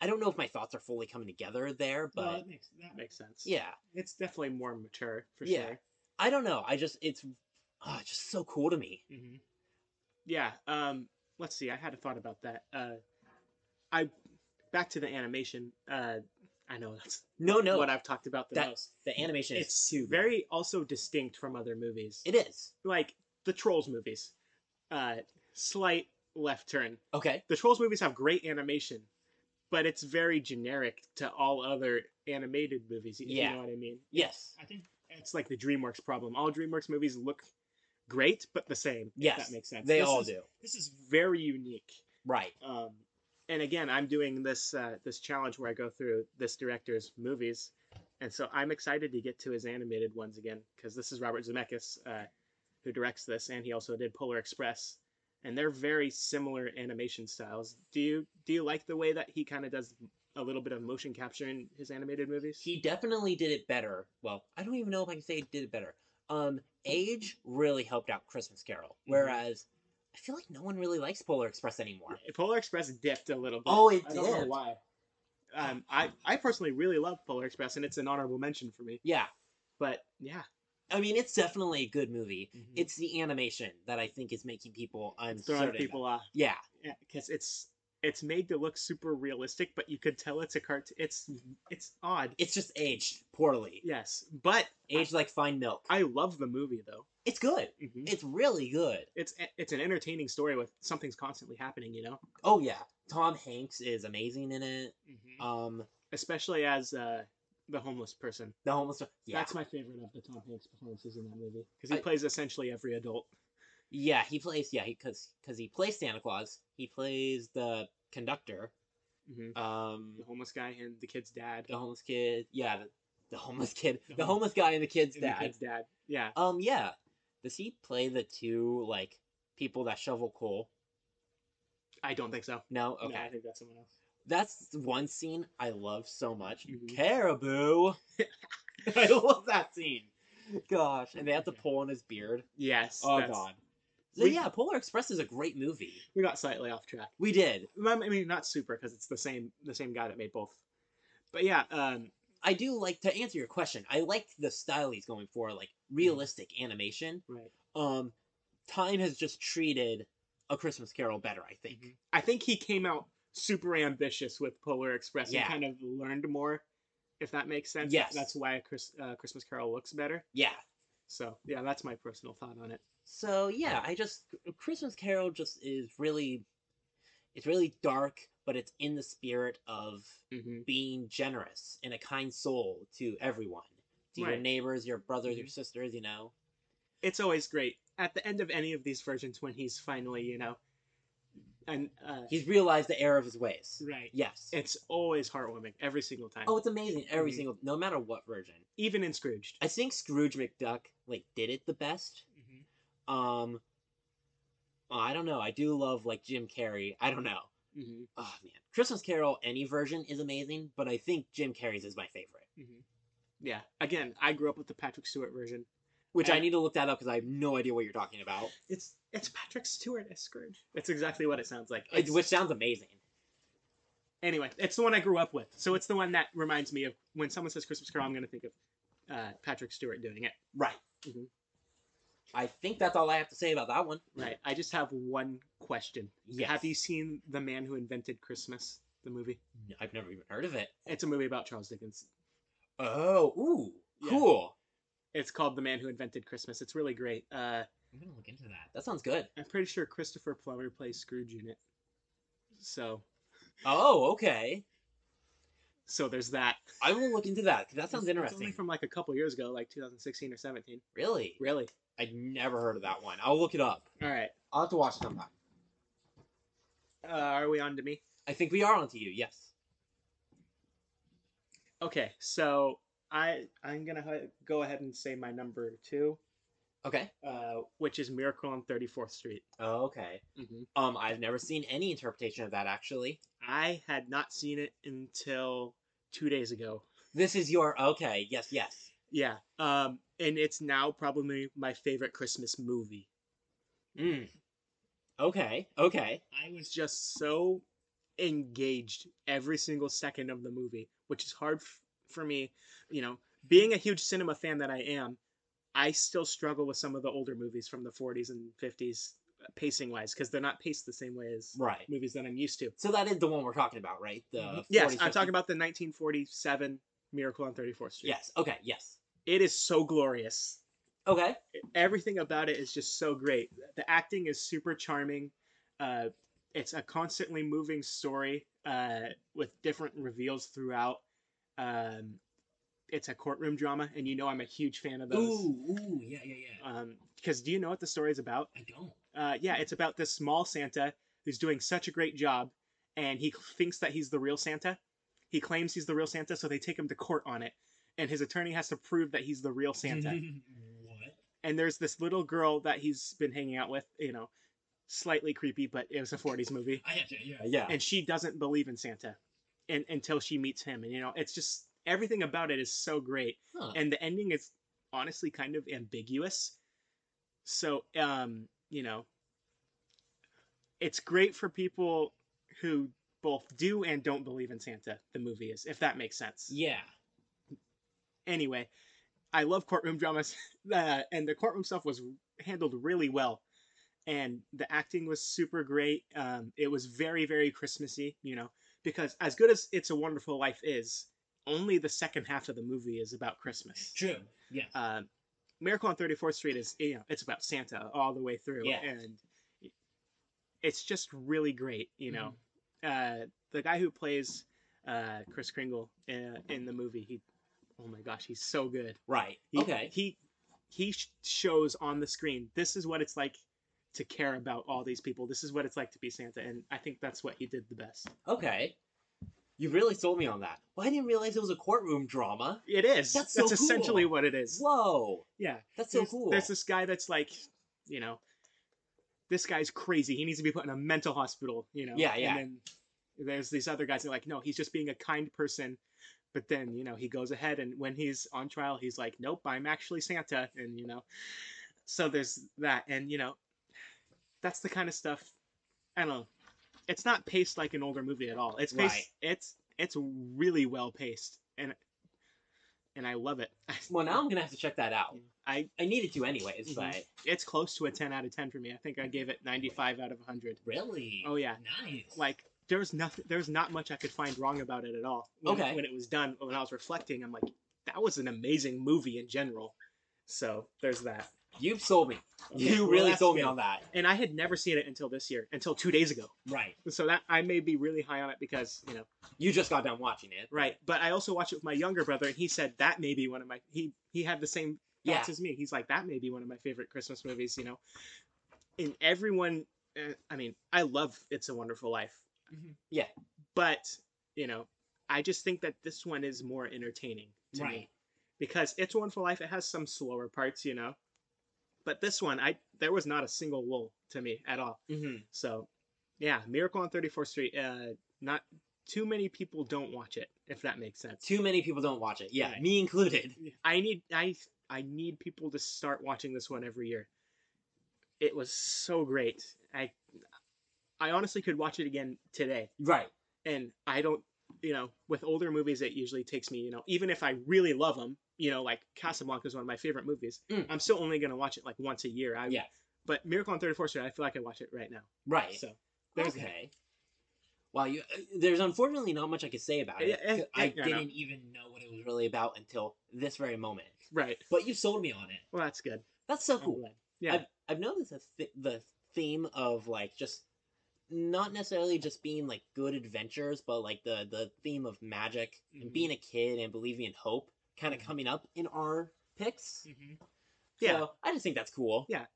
A: I don't know if my thoughts are fully coming together there, but
C: Well, that makes that
B: Makes sense.
A: yeah,
B: it's definitely more mature for
A: Yeah.
B: sure.
A: I don't know. I just it's ah, it's just so cool to me.
C: Mhm.
B: Yeah. Um, let's see. I had a thought about that. Uh, I back to the animation. Uh, I know that's
A: No, no,
B: what I've talked about the
A: that
B: most.
A: the animation is
B: It's
A: too good.
B: very also distinct from other movies.
A: It is
B: like the Trolls movies. Uh, slight left turn.
A: okay.
B: The Trolls movies have great animation, but it's very generic to all other animated movies. If
A: Yeah.
B: You know what I mean?
A: Yes,
C: I think
B: It's like the DreamWorks problem. All DreamWorks movies look great, but the same. if
A: yes,
B: that makes sense.
A: They
B: This
A: all
B: is-
A: do.
B: This is very unique.
A: Right.
B: Um, and again, I'm doing this uh, this challenge where I go through this director's movies, and so I'm excited to get to his animated ones again because this is Robert Zemeckis uh, who directs this, and he also did Polar Express, and they're very similar animation styles. Do you do you like the way that he kind of does a little bit of motion capture in his animated movies?
A: he definitely did it better. Well, I don't even know if I can say he did it better. Um, Age really helped out Christmas Carol,
B: Mm-hmm.
A: whereas I feel like no one really likes Polar Express anymore.
B: Polar Express dipped a little bit.
A: Oh, it
B: I don't know
A: did.
B: why. Um, I I personally really love Polar Express, and it's an honorable mention for me.
A: Yeah,
B: But yeah,
A: I mean it's definitely a good movie.
B: Mhm.
C: Mm-hmm.
A: It's the animation that I think is making people
B: it's
A: uncertain.
B: throwing people off.
A: Yeah,
B: because it's it's made to look super realistic, but you could tell it's a cartoon. It's it's odd.
A: it's just aged poorly,
B: Yes, but
A: aged like fine milk.
B: I love the movie though.
A: It's good.
B: Mm-hmm.
A: It's really good.
B: It's it's an entertaining story with something's constantly happening, you know.
A: Oh yeah, Tom Hanks is amazing in it.
B: Mm-hmm.
C: mhm.
A: Um,
B: Especially as uh, the homeless person.
A: the homeless. Yeah,
B: That's my favorite of the Tom Hanks performances in that movie because he
A: I-
B: plays essentially every adult.
A: Yeah, he plays. Yeah, because because he plays Santa Claus. He plays the conductor.
B: Mhm.
A: Um,
B: The homeless guy and the kid's dad.
A: the homeless kid. Yeah, the, the homeless kid.
C: The
A: The homeless
C: homeless-
A: guy and the kid's
B: and
A: dad.
B: The kid's dad. Yeah.
A: Um, yeah. Does he play the two like people that shovel coal?
B: I don't think so.
A: No.
B: No,
A: Okay.
B: I think that's someone else.
A: That's one scene I love so much.
B: Mhm.
A: Caribou. I love that scene. Gosh, and they have to pull on his beard.
B: Yes.
A: Oh
B: that's-
A: god. So
B: We-
A: yeah, Polar Express is a great movie.
B: We got slightly off track.
A: We did.
B: Well, I mean, not super because it's the same the same guy that made both. But yeah, um,
A: I do like to answer your question. I like the style he's going for, like realistic animation.
B: right.
A: Um, time has just treated a Christmas Carol better, I think.
C: Mhm.
B: I think he came out super ambitious with Polar Express
A: Yeah.
B: and kind of learned more, if that makes sense.
A: Yes.
B: that's why a Chris, uh, Christmas Carol looks better.
A: Yeah.
B: So yeah, that's my personal thought on it.
A: So yeah, I just Christmas Carol just is really, it's really dark, but it's in the spirit of
B: Mm-hmm.
A: being generous and a kind soul to everyone, to your
B: Right.
A: neighbors, your brothers, your
B: Mhm.
A: sisters. You know.
B: It's always great at the end of any of these versions when he's finally, you know, and uh,
A: He's realized the error of his ways.
C: Right.
A: Yes.
B: it's always heartwarming every single time.
A: Oh, it's amazing. Every
B: Mhm.
A: single, no matter what version.
B: even in Scrooged.
A: I think Scrooge McDuck like did it the best.
C: Mhm.
A: Um, I don't know. I do love like Jim Carrey. I don't know.
B: hmm
A: Oh man, Christmas Carol any version is amazing, but I think Jim Carrey's is my favorite.
B: Yeah. Again, I grew up with the Patrick Stewart version.
A: Which I
B: And-
A: need to look that up because I have no idea what you're talking about.
B: It's it's Patrick Stewart as Scrooge. That's exactly what it sounds like.
A: It-
B: It's-
A: which sounds amazing.
B: anyway, it's the one I grew up with. So it's the one that reminds me of when someone says Christmas Carol, I'm going to think of uh, Patrick Stewart doing it.
A: Right.
B: Mhm.
A: I think that's all I have to say about that one.
B: Right. I just have one question.
A: Yes.
B: Have you seen The Man Who Invented Christmas, the movie?
A: I've never even heard of it.
B: It's a movie about Charles Dickens.
A: Oh, ooh,
B: Yeah.
A: cool.
B: It's called The Man Who Invented Christmas. It's really great. Uh,
C: I'm gonna look into that.
A: That sounds good.
B: I'm pretty sure Christopher Plummer plays Scrooge in it. So,
A: Oh, okay.
B: so there's that.
A: I will look into that because that sounds
B: It's- It's
A: interesting.
B: only from like a couple years ago, like 2016 or 17.
A: Really?
B: Really?
A: I'd never heard of that one. I'll look it up.
B: All right.
A: I'll have to watch it sometime.
B: Uh, are we on to me?
A: I think we are onto you. Yes.
B: Okay, so I I'm gonna ha- go ahead and say my number two,
A: Okay.
B: uh, which is Miracle on 34th Street.
A: Oh, okay.
B: Mm-hmm.
A: Um, I've never seen any interpretation of that actually.
B: I had not seen it until two days ago.
A: This is your okay. Yes, yes.
B: Yeah, um, and it's now probably my favorite Christmas movie.
A: Mm. Okay. Okay.
C: I was
B: It's just so engaged every single second of the movie, which is hard f- for me. You know, being a huge cinema fan that I am, I still struggle with some of the older movies from the 40s and 50s pacing wise because they're not paced the same way as
A: Right.
B: movies that I'm used to.
A: So that is the one we're talking about, right? The
C: Mhm.
A: 40,
B: Yes, I'm
A: 50
B: talking about the 1947 Miracle on 34th Street.
A: Yes. Okay. Yes.
B: It is so glorious.
A: Okay.
B: Everything about it is just so great. The acting is super charming. Uh, it's a constantly moving story uh, with different reveals throughout. Um, it's a courtroom drama, and you know I'm a huge fan of those.
C: Ooh, ooh, yeah, yeah, yeah.
B: Because do you know what the story is about?
C: I don't.
B: uh, yeah, it's about this small Santa who's doing such a great job, and he thinks that he's the real Santa. He claims he's the real Santa, so they take him to court on it, and his attorney has to prove that he's the real Santa.
C: what?
B: and there's this little girl that he's been hanging out with, you know, slightly creepy, but it was a '40s movie,
C: I gotcha, yeah.
A: Yeah.
B: Uh, and she doesn't believe in Santa, and until she meets him, and you know, it's just everything about it is so great
A: Huh.
B: and the ending is honestly kind of ambiguous. So, um, you know, it's great for people who both do and don't believe in Santa. The movie is, if that makes sense.
A: yeah.
B: Anyway, I love courtroom dramas, uh, and the courtroom stuff was handled really well, and the acting was super great. Um, it was very, very Christmassy, you know, because as good as It's a Wonderful Life is, only the second half of the movie is about Christmas
C: True. Yeah. Uh,
B: um, Miracle on 34th Street is you know it's about Santa all the way through,
A: Yeah.
B: and it's just really great. You know,
A: Mm-hmm.
B: uh, the guy who plays uh, Chris Kringle in, in the movie, he oh my gosh, he's so good.
A: Right.
B: He,
A: okay.
B: he he sh- shows on the screen. This is what it's like to care about all these people. This is what it's like to be Santa, and I think that's what he did the best.
A: Okay. You really sold me on that. Well, I didn't realize it was a courtroom drama.
B: It is.
A: That's
B: That's,
A: so
B: essentially
A: cool.
B: what it is.
A: Whoa.
B: Yeah.
A: That's so
B: there's,
A: cool.
B: There's this guy that's like, you know, this guy's crazy. He needs to be put in a mental hospital, you know.
A: Yeah, yeah.
B: And then there's these other guys that are like, no, he's just being a kind person. But then, you know, he goes ahead and when he's on trial, he's like, nope, I'm actually Santa. And, you know, so there's that. And, you know, that's the kind of stuff, I don't know. It's not paced like an older movie at all. It's paced,
A: Right.
B: it's, it's really well paced. And, and I love it.
A: Well, now I'm gonna have to check that out.
B: I
A: I needed to anyways,
B: Mhm.
A: but
B: it's close to a 10 out of 10 for me. I think I gave it 95 out of 100.
C: Really?
B: Oh, yeah.
C: Nice.
B: Like there was nothing there was not much I could find wrong about it at all. When,
A: Okay.
B: When it was done, when I was reflecting, I'm like that was an amazing movie in general. So, there's that.
A: you've sold me.
B: Okay,
A: You
B: well,
A: really
B: that's
A: sold me
B: good.
A: on that.
B: And I had never seen it until this year, until 2 days ago.
C: right.
B: So that I may be really high on it because, you know,
A: You just got done watching it.
B: right. But I also watched it with my younger brother and he said that may be one of my he he had the same
A: Yeah.
B: thoughts as me. He's like that may be one of my favorite Christmas movies, you know. And everyone eh, I mean, I love It's a Wonderful Life.
C: Mhm.
A: Yeah.
B: But, you know, I just think that this one is more entertaining to
C: right.
B: me because It's a Wonderful Life it has some slower parts, you know. But this one, I there was not a single lull to me at all.
A: Mm-hmm.
B: So, yeah, Miracle on 34th Street. Uh, not too many people don't watch it, if that makes sense.
A: Too many people don't watch it. Yeah,
B: Right.
A: me included.
B: I need I I need people to start watching this one every year. It was so great. I I honestly could watch it again today,
A: Right.
B: and I don't. You know, with older movies, it usually takes me. You know, even if I really love them, you know, like Casablanca is one of my favorite movies.
A: Mm.
B: I'm still only gonna watch it like once a year. I,
A: Yeah.
B: But Miracle on 34th Street, I feel like I watch it right now.
A: Right.
B: So there's that.
A: okay. Wow, you. uh, There's unfortunately not much I could say about it.
B: Yeah, eh,
A: 'cause I
B: eh, I know.
A: didn't even know what it was really about until this very moment.
B: Right.
C: But you sold me on it.
B: Well, that's good.
A: That's so
B: I'm
A: cool.
B: glad. Yeah.
A: I've, I've noticed the, th- the theme of like just not necessarily just being like good adventures, but like the the theme of magic and
B: Mhm.
A: being a kid and believing in hope kind of
B: Mhm.
A: coming up in our picks.
C: Mm-hmm.
B: Yeah.
A: So I just think that's cool.
B: Yeah,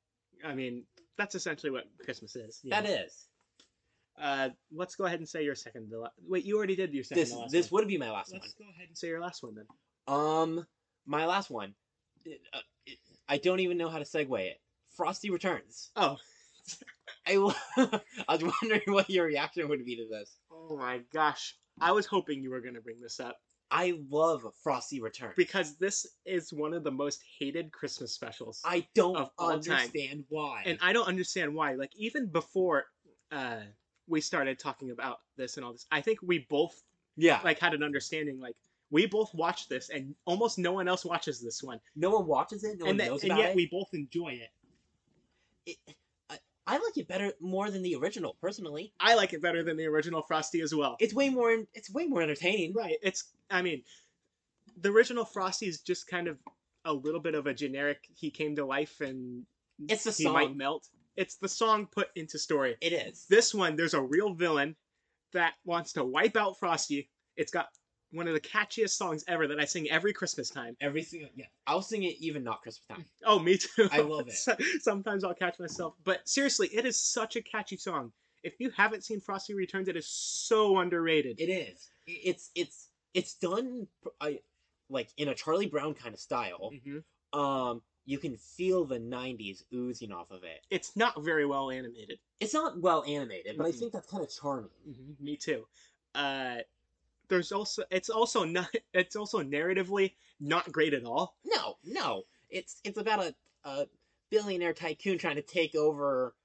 B: I mean, that's essentially what Christmas is. you know.
A: That is.
B: Uh, let's go ahead and say your second. To la- Wait, you already did your second.
A: This
B: to last
A: this
B: one.
A: would be my last
C: Let's go ahead and
B: Say your last one then.
A: one. Um, my last one. It- uh, it- I don't even know how to segue it. Frosty returns.
B: Oh.
A: I, lo- I was wondering what your reaction would be to this.
B: Oh my gosh, I was hoping you were gonna bring this up
A: I love Frosty returns.
B: because this is one of the most hated Christmas specials,
A: I don't
B: Of all time.
A: understand why.
B: and I don't understand why. Like even before, uh, we started talking about this and all this, I think we both
A: yeah,
B: like had an understanding like. We both watched this, and almost no one else watches this one,
A: no one watches it. No one
B: and, that,
A: knows
B: and
A: about
B: yet
A: it.
B: we both enjoy it.
A: It- I, I like it better more than the original, personally.
B: I like it better than the original Frosty as well.
A: It's way more. en- It's way more entertaining.
B: Right. It's I mean, the original Frosty is just kind of a little bit of a generic he came to life and
A: It's the
B: he
A: song.
B: might melt. It's the song put into story.
A: It is.
B: This one there's a real villain that wants to wipe out Frosty. It's got one of the catchiest songs ever that I sing every Christmas time.
C: every single yeah.
A: I'll sing it even not Christmas time.
B: Oh, me too.
C: I love it.
B: So- Sometimes I'll catch myself, but seriously, it is such a catchy song. If you haven't seen Frosty Returns, it is so underrated.
A: It is. It- It's it's it's done. pr- I like in a Charlie Brown kind of style.
B: Mhm.
A: Um, you can feel the '90s oozing off of it.
B: It's not very well animated.
A: It's not well animated, but I
B: Mhm.
A: think that's kind of charming.
B: Mhm, Me too. Uh, there's also it's also not it's also narratively not great at all.
A: No, no. It's it's about a, a billionaire tycoon trying to take over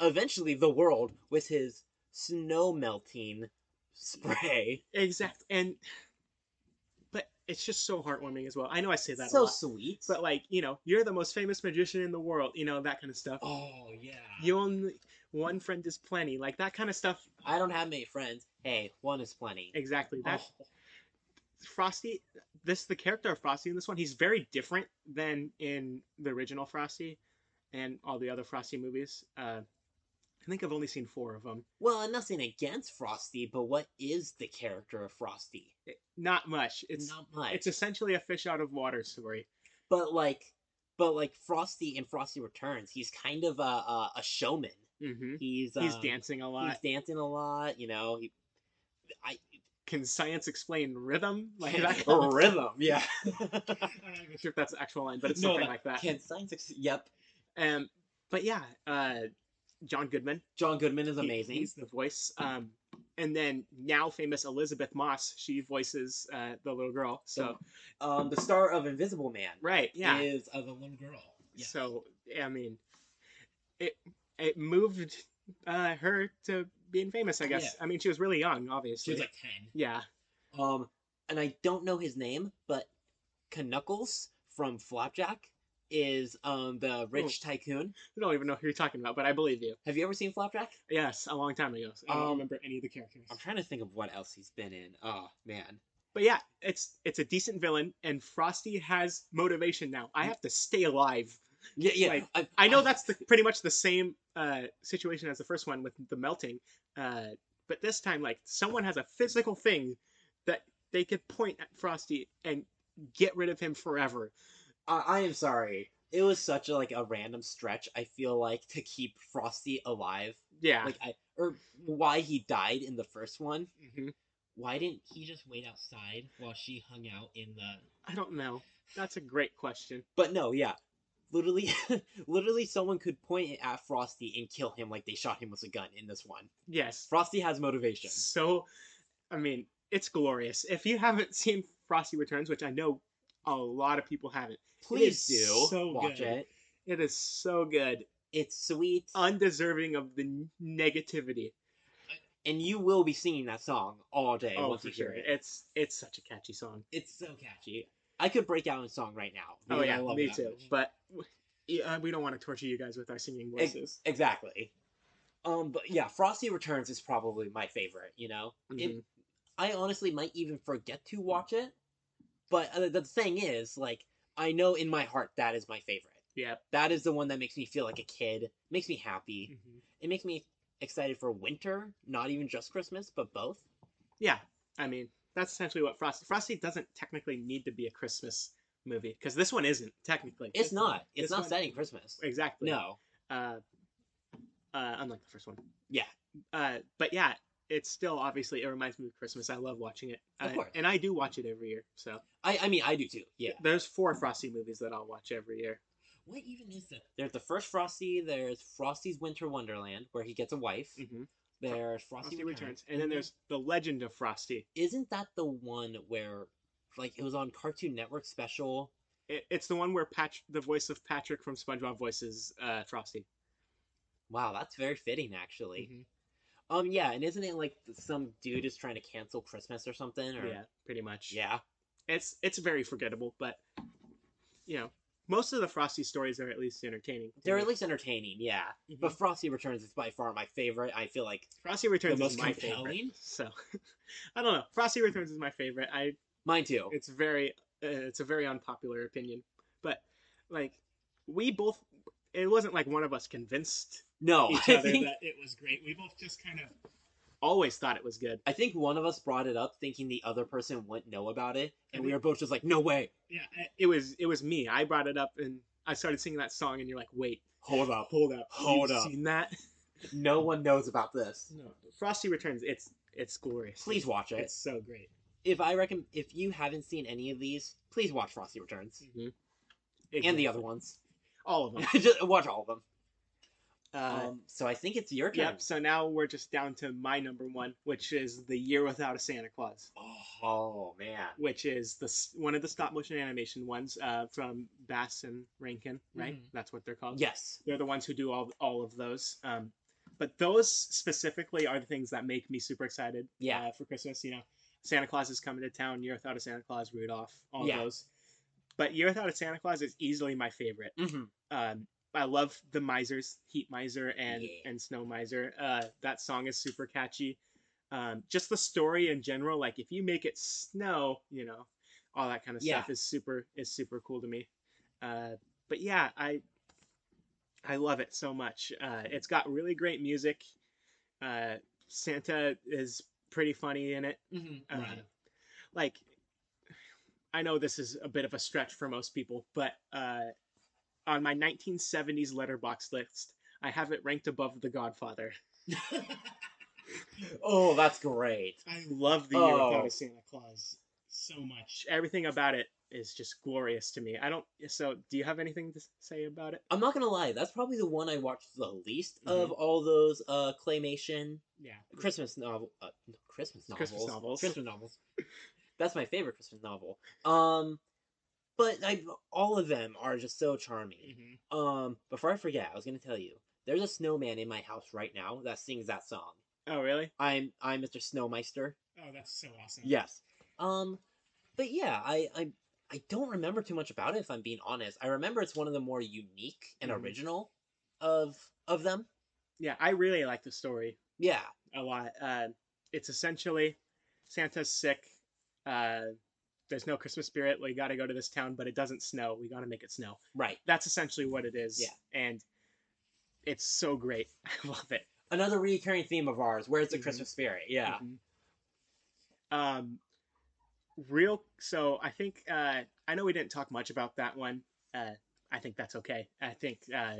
A: eventually the world with his snow melting spray.
B: Exact and but it's just so heartwarming as well. I know I say that a
A: so
B: lot,
A: sweet.
B: but like you know, you're the most famous magician in the world. You know that kind of stuff.
C: Oh yeah.
B: You only one friend is plenty. Like that kind of stuff.
A: I don't have many friends. Hey, one is plenty.
B: Exactly. That
A: Oh,
B: Frosty. This the character of Frosty in this one. He's very different than in the original Frosty, and all the other Frosty movies. Uh, I think I've only seen four of them.
A: well, and nothing against Frosty, but what is the character of Frosty?
B: it- not much. It's
A: Not much.
B: it's essentially a fish out of water story.
A: but like, but like Frosty in Frosty Returns, he's kind of a a, a showman.
B: hmm
A: He's
B: He's
A: um,
B: dancing a lot.
A: He's dancing a lot. You know, he, I
B: Can science explain rhythm? Like
A: Can-
B: that kind of-
A: rhythm. Yeah.
B: I'm not even sure if that's the actual line, but it's
A: No,
B: something
A: that-
B: like that.
A: Can science? Ex- yep.
B: Um, but yeah, uh, John Goodman
A: John Goodman is
B: he-
A: amazing.
B: he's the voice. Um, and then now famous Elizabeth Moss, she voices uh, the little girl. So
A: um, the star of Invisible Man
B: right, yeah.
A: is
C: Of the one girl. Yeah.
B: So I mean, it it moved uh, her to being famous. I guess.
C: Yeah.
B: I mean, she was really young,
C: She
B: obviously.
C: was like ten.
B: yeah.
A: um, and I don't know his name, but Knuckles from Flapjack is um the rich tycoon.
B: I don't even know who you're talking about, but I believe you.
A: Have you ever seen Flapjack?
B: Yes, a long time ago. so I don't
A: Um,
B: remember any of the characters.
A: I'm trying to think of what else he's been in. Oh man,
B: But yeah, it's it's a decent villain, and Frosty has motivation now. I have to stay alive.
A: yeah, yeah.
B: Like,
A: I,
B: I know that's the pretty much the same uh, situation as the first one with the melting, uh, but this time like someone has a physical thing that they could point at Frosty and get rid of him forever.
A: I, I am sorry. it was such a like a random stretch. I feel like to keep Frosty alive,
B: Yeah.
A: like I or why he died in the first one.
B: hmm
A: Why didn't
C: He just wait outside while she hung out in the.
B: I don't know. That's a great question.
A: But no, yeah. Literally, literally, someone could point at Frosty and kill him like they shot him with a gun in this one.
B: Yes.
A: Frosty has motivation.
B: So, I mean, it's glorious. If you haven't seen Frosty Returns, which I know a lot of people haven't,
A: Please
B: is
A: do
B: so
A: watch
B: good.
A: it.
B: it is so good,
A: It's sweet,
B: undeserving of the n- negativity.
A: and you will be singing that song all day
B: oh,
A: once
B: for
A: you hear
B: sure.
A: it.
B: It's it's such a catchy song.
A: It's so catchy. I could break out in song right now.
B: Oh
A: because I
B: yeah,
A: love
B: me
A: that
B: too.
A: much.
B: But w- yeah, uh, we don't want to torture you guys with our singing
A: Ex-
B: voices.
A: exactly. Um, but yeah, Frosty Returns is probably my favorite. You know, It-
B: Mhm.
A: I honestly might even forget to watch it. But uh, the thing is, like, I know in my heart that is my favorite.
B: Yep.
A: That is the one that makes me feel like a kid, makes me happy.
B: Mhm.
A: It makes me excited for winter, not even just Christmas, but both.
B: Yeah, I mean that's essentially what Frosty. Frosty doesn't technically need to be a Christmas movie because this one isn't technically.
A: It's not. It's
B: This
A: not
B: one-
A: setting Christmas.
B: Exactly.
A: No.
B: uh, uh, unlike the first one.
A: Yeah.
B: Uh, but yeah, it's still obviously it reminds me of Christmas. I love watching it.
A: Of
B: I-
A: course.
B: and I do watch it every year. So
A: I, I mean, I do too. Yeah.
B: there's four Frosty movies that I'll watch every year.
C: What even is that?
A: There's the first Frosty. There's Frosty's Winter Wonderland, where he gets a wife.
B: Mm-hmm.
A: There's
B: Frosty,
A: Frosty,
B: Returns,
A: Returns.
B: and then there's The Legend of Frosty.
A: Isn't that the one where, like, it was on Cartoon Network special?
B: It, it's the one where Patch, the voice of Patrick from SpongeBob, voices uh, Frosty.
A: Wow, that's very fitting, actually.
B: Mhm.
A: Um, yeah, and isn't it like some dude is trying to cancel Christmas or something? Or...
B: Yeah, pretty much.
A: Yeah.
B: it's it's very forgettable, but you know, most of the Frosty stories are at least entertaining.
A: They're at least entertaining, yeah.
B: Mhm.
A: But Frosty Returns is by far my favorite. I feel like
B: Frosty Returns
C: The
B: is
C: most
B: my
C: compelling?
B: favorite. So I don't know. Frosty Returns is my favorite. I
A: mine too.
B: it's very uh, it's a very unpopular opinion, but like we both it wasn't like one of us convinced
C: Oh,
A: No,
B: each
A: I
B: other
A: think,
B: that it was great. We both just kind of always thought it was good.
A: I think one of us brought it up thinking the other person wouldn't know about it, and we
B: Mhm.
A: were both just like, "No way!
B: Yeah, I- it was it was me. I brought it up and I started singing that song and you're like, "Wait,
A: Hold up!
B: hold up.
A: Hold
B: You've
A: up.
B: Seen that?
A: No one knows about this.
B: No. Frosty Returns, it's it's glorious.
A: Please watch it.
B: It's so great.
A: If I recommend, if you haven't seen any of these, please watch Frosty Returns Mm-hmm. and the other ones.
B: all of them.
A: just watch all of them.
B: Uh,
A: Um, so I think it's your turn.
B: Yep. So now we're just down to my number one, which is the Year Without a Santa Claus,
A: Oh man.
B: which is the s- one of the stop motion animation ones uh, from Bass and Rankin, right?
A: Mm-hmm.
C: Mhm.
B: That's what they're called.
A: Yes.
B: They're the ones who do all all of those. Um, but those specifically are the things that make me super excited.
A: Yeah.
B: Uh, for Christmas, you know, Santa Claus is coming to town. Year Without a Santa Claus, Rudolph, all
A: Yeah.
B: those. But Year Without a Santa Claus is easily my favorite.
A: hmm
B: um I love the misers, Heat Miser and
A: Yeah.
B: and Snow Miser. Uh, that song is super catchy. Um, just the story in general, like if you make it snow, you know, all that kind of stuff is super is super cool to me. Uh, but yeah, I I love it so much. Uh, it's got really great music. Uh, Santa is pretty funny in it. Uh,
C: Right.
B: Like, I know this is a bit of a stretch for most people, but uh, on my 1970s letterbox list, I have it ranked above The Godfather.
A: Oh, that's great.
B: I love The Year
A: Oh.
B: Without a Santa Claus so much. Everything about it is just glorious to me. I don't. So, do you have anything to say about it?
A: I'm not gonna lie, that's probably the one I watched the least of
B: Mm-hmm.
A: all those uh claymation
B: Yeah.
A: Christmas novel uh, no, Christmas novels.
B: Christmas novels.
A: Christmas novels. that's my favorite Christmas novel. Um but I all of them are just so charming.
C: Mm-hmm.
A: Um before I forget, I was gonna tell you, there's a snowman in my house right now that sings that song.
B: Oh, really?
A: I'm I'm Mr. Snowmeister.
B: Oh, that's so awesome.
A: Yes. Um, but yeah, I I I don't remember too much about it if I'm being honest. I remember it's one of the more unique and
B: Mhm.
A: original of of them.
B: Yeah, I really like the story.
A: Yeah.
B: a lot. Uh, it's essentially Santa's sick. Uh, there's no Christmas spirit. We got to go to this town, but it doesn't snow. We got to make it snow.
A: Right.
B: That's essentially what it is.
A: Yeah.
B: And it's so great. I love it.
A: Another recurring theme of ours, where's the
B: Mhm.
A: Christmas spirit? Yeah.
B: Mhm. Um, real. So I think uh, I know we didn't talk much about that one. Uh, I think that's okay. I think uh,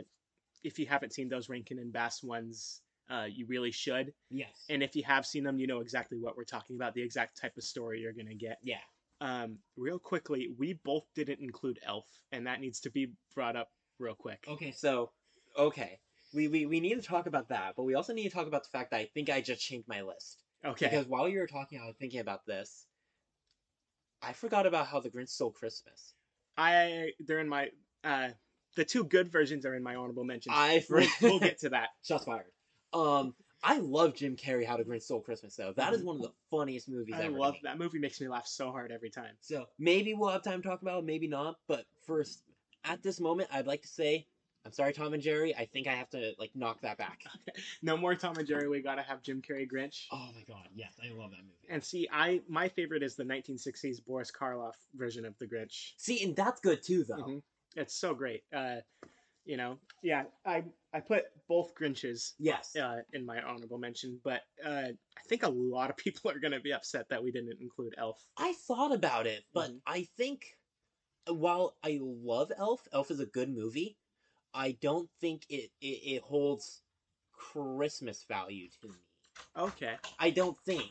B: if you haven't seen those Rankin and Bass ones, uh, you really should.
C: Yes.
B: And if you have seen them, you know exactly what we're talking about, the exact type of story you're going to get.
C: yeah.
B: Um, real quickly, we both didn't include Elf, and that needs to be brought up real quick.
C: Okay. So
A: So, okay. We, we, we need to talk about that, but we also need to talk about the fact that I think I just changed my list.
B: Okay.
A: Because while you were talking, I was thinking about this. I forgot about how the Grinch stole Christmas.
B: I they're in my uh the two good versions are in my honorable mentions.
A: I for-
B: We'll, we'll get to that.
A: shots fired. Um, I love Jim Carrey. How the Grinch Stole Christmas though. That is one of the funniest movies
B: I
A: ever. to
B: love
A: me.
B: that movie. Makes me laugh so hard every time.
A: So maybe we'll have time to talk about it, maybe not. But first, at this moment, I'd like to say I'm sorry, Tom and Jerry. I think I have to like knock that back.
B: No more Tom and Jerry. We gotta have Jim Carrey Grinch.
C: oh my god, yes, I love that movie.
B: And see, I my favorite is the 1960s Boris Karloff version of the Grinch.
A: See, and that's good too though.
B: Mhm. It's so great. Uh, you know, yeah. I I put both Grinches
A: Yes.
B: uh, in my honorable mention, but uh, I think a lot of people are gonna be upset that we didn't include Elf.
A: I thought about it, but
B: Mhm.
A: I think uh, while I love Elf, Elf is a good movie. I don't think it it, it holds Christmas value to me.
B: Okay.
A: I don't think.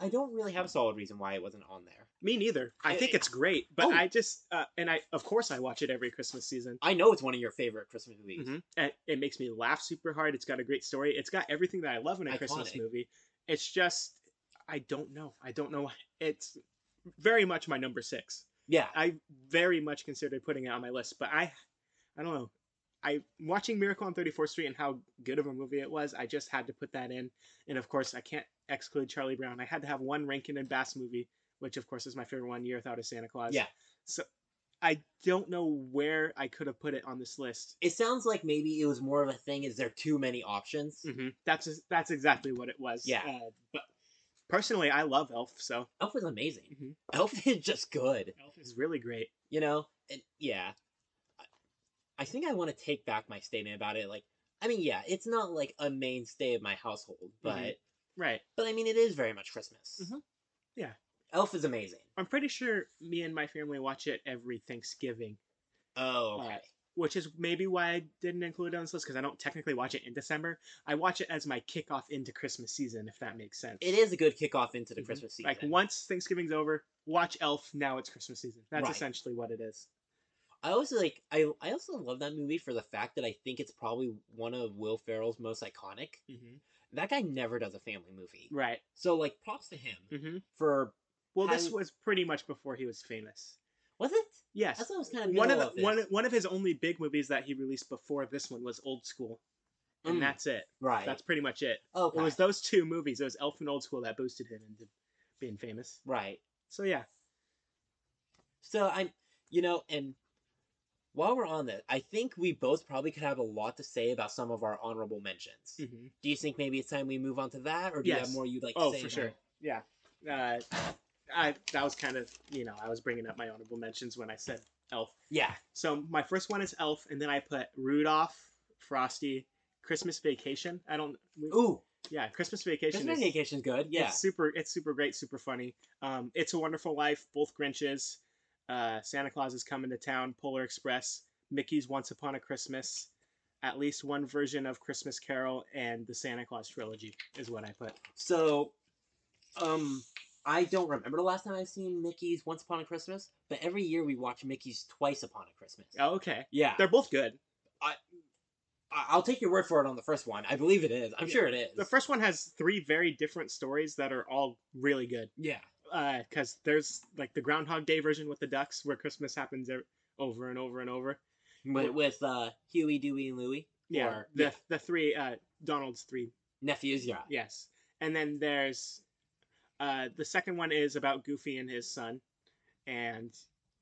A: I don't really have a solid reason why it wasn't on there.
B: Me neither. I
A: It-
B: think it's great, but
A: Oh.
B: I just uh, and I of course I watch it every Christmas season.
A: I know it's one of your favorite Christmas movies.
B: hmm And it makes me laugh super hard. It's got a great story. It's got everything that I love in a Christmas
A: Iconic.
B: movie. It's just I don't know. I don't know. why- It's very much my number six.
A: Yeah.
B: I very much considered putting it on my list, but I I don't know. I watching Miracle on 34th Street and how good of a movie it was. I just had to put that in, and of course I can't exclude Charlie Brown. I had to have one Rankin and Bass movie, which of course is my favorite one, Year Without a Santa Claus.
A: Yeah.
B: So I don't know where I could have put it on this list.
A: It sounds like maybe it was more of a thing. Is there too many options?
B: hmm That's that's exactly what it was.
A: Yeah.
B: Uh, but personally, I love Elf, so
A: Elf is amazing.
B: Mhm.
A: Elf is just good.
C: Elf
B: it's
C: is
B: really great.
A: You know. And yeah. I- I think I want to take back my statement about it. Like, I mean, yeah, it's not like a mainstay of my household, but
B: Mm-hmm. Right.
A: but I mean, it is very much Christmas.
B: Mhm. Yeah.
A: Elf is amazing.
B: I'm pretty sure me and my family watch it every Thanksgiving.
A: Oh,
B: Uh,
A: okay.
B: which is maybe why I didn't include it on this list because I don't technically watch it in December. I watch it as my kickoff into Christmas season, if that makes sense.
A: It is a good kickoff into the
B: Mhm.
A: Christmas season.
B: Like once Thanksgiving's over, watch Elf. Now it's Christmas season. That's
A: Right.
B: essentially what it is.
A: I also like I I also love that movie for the fact that I think it's probably one of Will Ferrell's most iconic. That guy never does a family movie.
B: Right.
A: So like
C: Props to him.
B: hmm
A: for
B: Well, this
A: How-
B: was pretty much before he was famous.
A: was it?
B: Yes.
A: I thought it was kind of
B: One of
A: middle
B: the, one
A: this.
B: one of his only big movies that he released before this one was Old School, and
A: Mm,
B: that's it.
A: right.
B: That's pretty much it.
A: okay.
B: It was those two movies. It was Elf and Old School that boosted him into being famous.
A: right.
B: So yeah.
A: So I'm you know and while we're on this, I think we both probably could have a lot to say about some of our honorable mentions.
B: Mm-hmm.
A: Do you think maybe it's time we move on to that, or do you have
B: Yes.
A: more you'd like
B: Oh,
A: to say?
B: for
A: about-
B: sure. Yeah. Uh, I that was kind of you know I was bringing up my honorable mentions when I said Elf.
A: Yeah.
B: So my first one is Elf, and then I put Rudolph, Frosty, Christmas Vacation. I don't. we-
A: Ooh,
B: Yeah, Christmas Vacation.
A: Christmas
B: is,
A: vacation's good.
B: it's
A: Yeah.
B: super. It's super great. Super funny. Um, It's a Wonderful Life. Both Grinches. Uh, Santa Claus is coming to town. Polar Express. Mickey's Once Upon a Christmas. At least one version of Christmas Carol and the Santa Claus trilogy is what I put.
A: So, um, I don't remember the last time I've seen Mickey's Once Upon a Christmas, but every year we watch Mickey's Twice Upon a Christmas.
B: Oh, okay.
A: Yeah,
B: They're both good.
A: I- I'll take your word for it on the first one. I believe it is. I'm
B: Yeah.
A: sure it is.
B: The first one has three very different stories that are all really good.
C: Yeah.
B: Because there's like the Groundhog Day version with the ducks, where Christmas happens ev- over and over and over.
A: with, with uh, Huey, Dewey, and Louie.
B: Yeah,
A: Or-
B: the
A: yeah.
B: the three uh, Donald's three.
A: nephews. Yeah,
B: Yes, and then there's uh, the second one is about Goofy and his son, and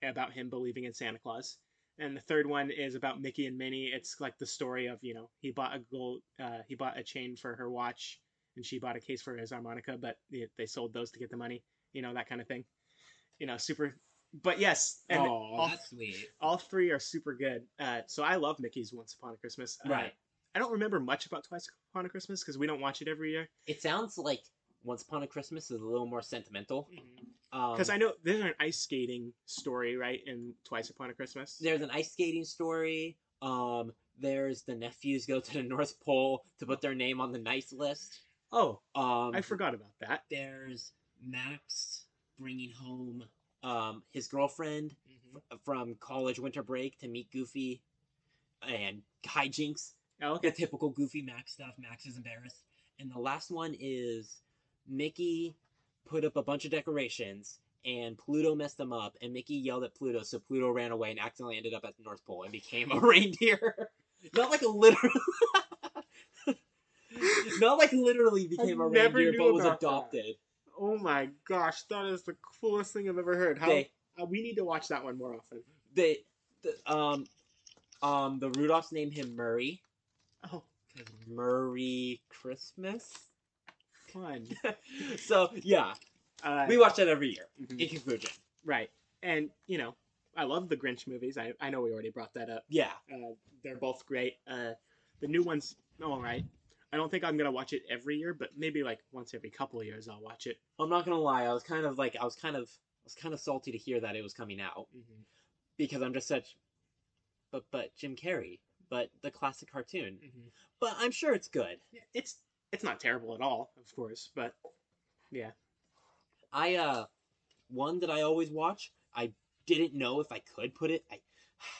B: about him believing in Santa Claus. And the third one is about Mickey and Minnie. It's like the story of you know he bought a gold, uh, he bought a chain for her watch, and she bought a case for his harmonica, but they- they sold those to get the money. You know that kind of thing. You know, super. But yes, and
C: Oh, that's sweet.
B: all three are super good. Uh, so I love Mickey's Once Upon a Christmas. Uh,
A: Right.
B: I don't remember much about Twice Upon a Christmas because we don't watch it every year.
C: Mm-hmm.
A: it sounds like Once Upon a Christmas is a little more sentimental. Um,
B: Because I know there's an ice skating story, right? In Twice Upon a Christmas.
A: there's an ice skating story. Um, there's the nephews go to the North Pole to put their name on the nice list.
B: Oh,
A: Um,
B: I forgot about that.
C: There's Max bringing home.
A: um, his girlfriend
C: Mhm.
A: from college winter break to meet Goofy, and hijinks.
B: Oh,
A: The
B: okay.
A: typical Goofy
C: Goofy Max stuff. Max is embarrassed.
A: And the last one is Mickey put up a bunch of decorations and Pluto messed them up and Mickey yelled at Pluto, so Pluto ran away and accidentally ended up at the North Pole and became a reindeer. Not like literally Not like literally became a
B: never
A: reindeer,
B: knew
A: but was
B: about that.
A: adopted.
B: Oh my gosh, that is the coolest thing I've ever heard. How
A: They
B: uh, we need to watch that one more often.
A: they the, um um the Rudolphs named him Murray.
B: Oh,
C: 'Cause
A: Murray Christmas.
B: fun.
A: so yeah,
B: Uh,
A: we watch that every year.
B: mhm.
A: In conclusion,
B: Right. And, you know, I love the Grinch movies. I, I know we already brought that up.
A: yeah,
B: Uh, they're both great. Uh, the new one's all right. I don't think I'm going to watch it every year, but maybe like once every couple of years I'll watch it.
A: I'm not gonna lie. I was kind of like I was kind of I was kind of salty to hear that it was coming out
B: Mm-hmm.
A: because I'm just such, but but Jim Carrey, but the classic cartoon.
B: Mm-hmm.
A: But I'm sure it's good.
B: Yeah, It's it's not terrible at all, of course, but
A: I uh, one that I always watch. I didn't know if I could put it. I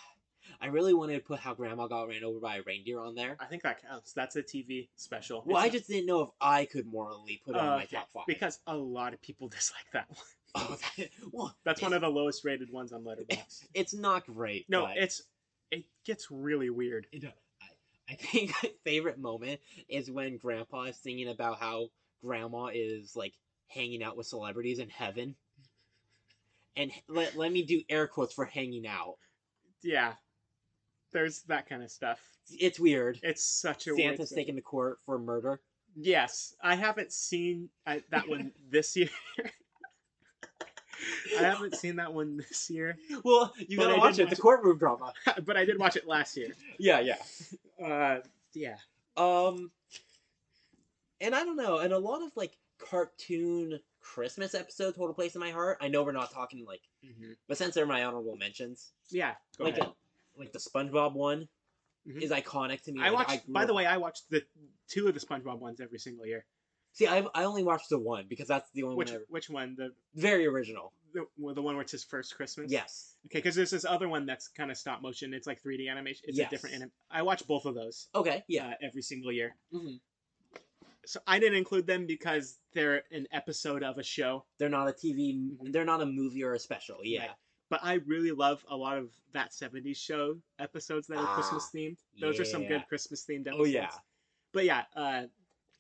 A: I really wanted to put how Grandma got ran over by a reindeer on there.
B: I think that counts. That's a TV special.
A: Well, I
B: It's-
A: just didn't know if I could morally put it on
B: uh,
A: my
B: yeah,
A: top five.
B: Because a lot of people dislike that one.
A: oh, that, well,
B: That's one of the lowest rated ones on Letterboxd.
A: it's not great.
B: No,
A: but-
B: it's it gets really weird.
C: It, don't-
A: I think my favorite moment is when Grandpa is singing about how Grandma is like hanging out with celebrities in heaven. And h- let, let me do air quotes for hanging out.
B: Yeah. There's that kind of stuff.
A: It's weird.
B: It's such a weird
A: Santa's
B: thing.
A: taken to court for murder.
B: Yes, I haven't seen I, that one this year. I haven't seen that one this year,
A: Well, you
B: But I
A: gotta
B: did
A: watch it.
B: watch
A: The
B: it.
A: courtroom drama.
B: but I did watch it last year.
A: Yeah, yeah.
B: Uh, yeah,
A: Um, and I don't know. And a lot of like cartoon Christmas episodes hold a place in my heart. I know we're not talking like,
B: Mm-hmm.
A: but since they're my honorable mentions,
B: yeah. Go
A: like
B: ahead.
A: a, like the SpongeBob one
B: Mhm.
A: is iconic to me.
B: I
A: Like,
B: watched.
A: grew
B: by the
A: up-
B: way, I watched the two of the SpongeBob ones every single year.
A: see, I I only watched the one because that's the only
B: Which
A: one. I,
B: which one? The
A: very original.
B: the, well, the one where it's his first Christmas.
A: Yes.
B: Okay, because there's this other one that's kind of stop motion. It's like 3D animation. It's
A: Yes.
B: a different. Anim- I watch both of those.
A: Okay. Yeah.
B: Uh, every single year.
A: Mhm.
B: So I didn't include them because they're an episode of a show.
A: They're not a TV. m-
B: Mhm.
A: They're not a movie or a special. Yeah.
B: Right. but I really love a lot of that 70s show episodes that are
A: Ah,
B: Christmas themed. Those are some
A: yeah.
B: good Christmas themed episodes.
A: Oh yeah.
B: But yeah, uh,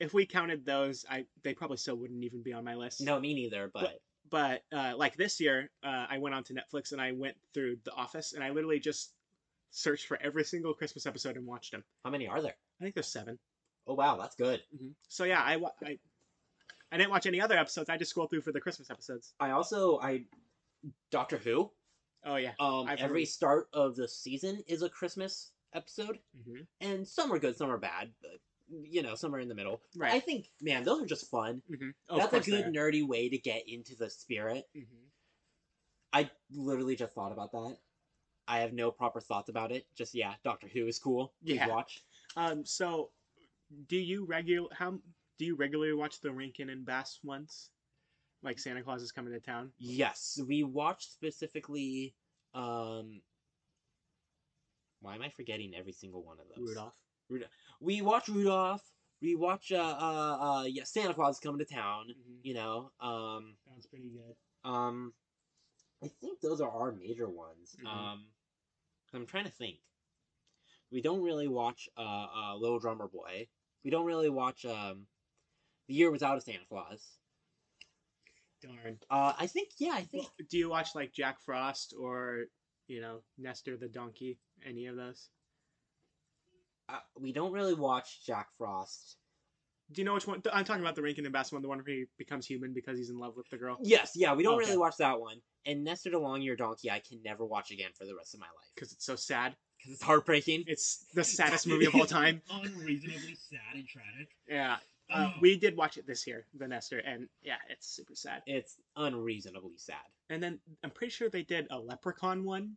B: if we counted those, I they probably still wouldn't even be on my list.
A: No, me neither. But
B: But uh, like this year, uh, I went onto Netflix and I went through The Office and I literally just searched for every single Christmas episode and watched them.
A: how many are there?
B: I think there's 7
A: Oh wow, that's good.
B: Mm-hmm. So yeah, I, wa- I I didn't watch any other episodes. I just scrolled through for the Christmas episodes.
A: I also I Doctor Who.
B: Oh yeah.
A: Um,
B: I've
A: every
B: heard-
A: start of the season is a Christmas episode,
B: Mm-hmm.
A: and some are good, some are bad, but you know, some are in the middle.
B: Right.
A: I think, man, those are just fun.
B: mm-hmm. oh,
A: that's a good nerdy way to get into the spirit.
B: Mm-hmm.
A: I literally just thought about that. I have no proper thoughts about it. Just yeah, Doctor Who is cool. Please
B: Yeah.
A: watch.
B: Um, so do you regular how do you regularly watch the Rankin and Bass ones? Like Santa Claus is coming to town.
A: Yes, we watched specifically. um Why am I forgetting every single one of those?
B: Rudolph.
A: We watch Rudolph. We watch uh uh, uh yeah Santa Claus is coming to town.
B: Mm-hmm.
A: You know um
B: Sounds pretty good.
A: um I think those are our major ones.
B: Mhm.
A: Um, I'm trying to think. We don't really watch uh, uh Little Drummer Boy. We don't really watch um the year without a Santa Claus.
B: Darn.
A: Uh, I think yeah, I think
B: Well, do you watch like Jack Frost or you know Nestor the donkey? Any of those?
A: uh, we don't really watch Jack Frost.
B: Do you know which one? I'm talking about the Rankin and Bass one, the one where he becomes human because he's in love with the girl.
A: Yes, yeah, we don't
B: Okay.
A: really watch that one. And Nested Along Your Donkey, I can never watch again for the rest of my life
B: Because it's so sad.
A: because it's heartbreaking.
B: It's the saddest movie of all time.
C: Unreasonably sad and tragic. Oh,
B: Yeah, Uh,
C: Mm.
B: we did watch it this year, The Nester, and yeah, it's super sad.
A: It's unreasonably sad.
B: And then I'm pretty sure they did a Leprechaun one,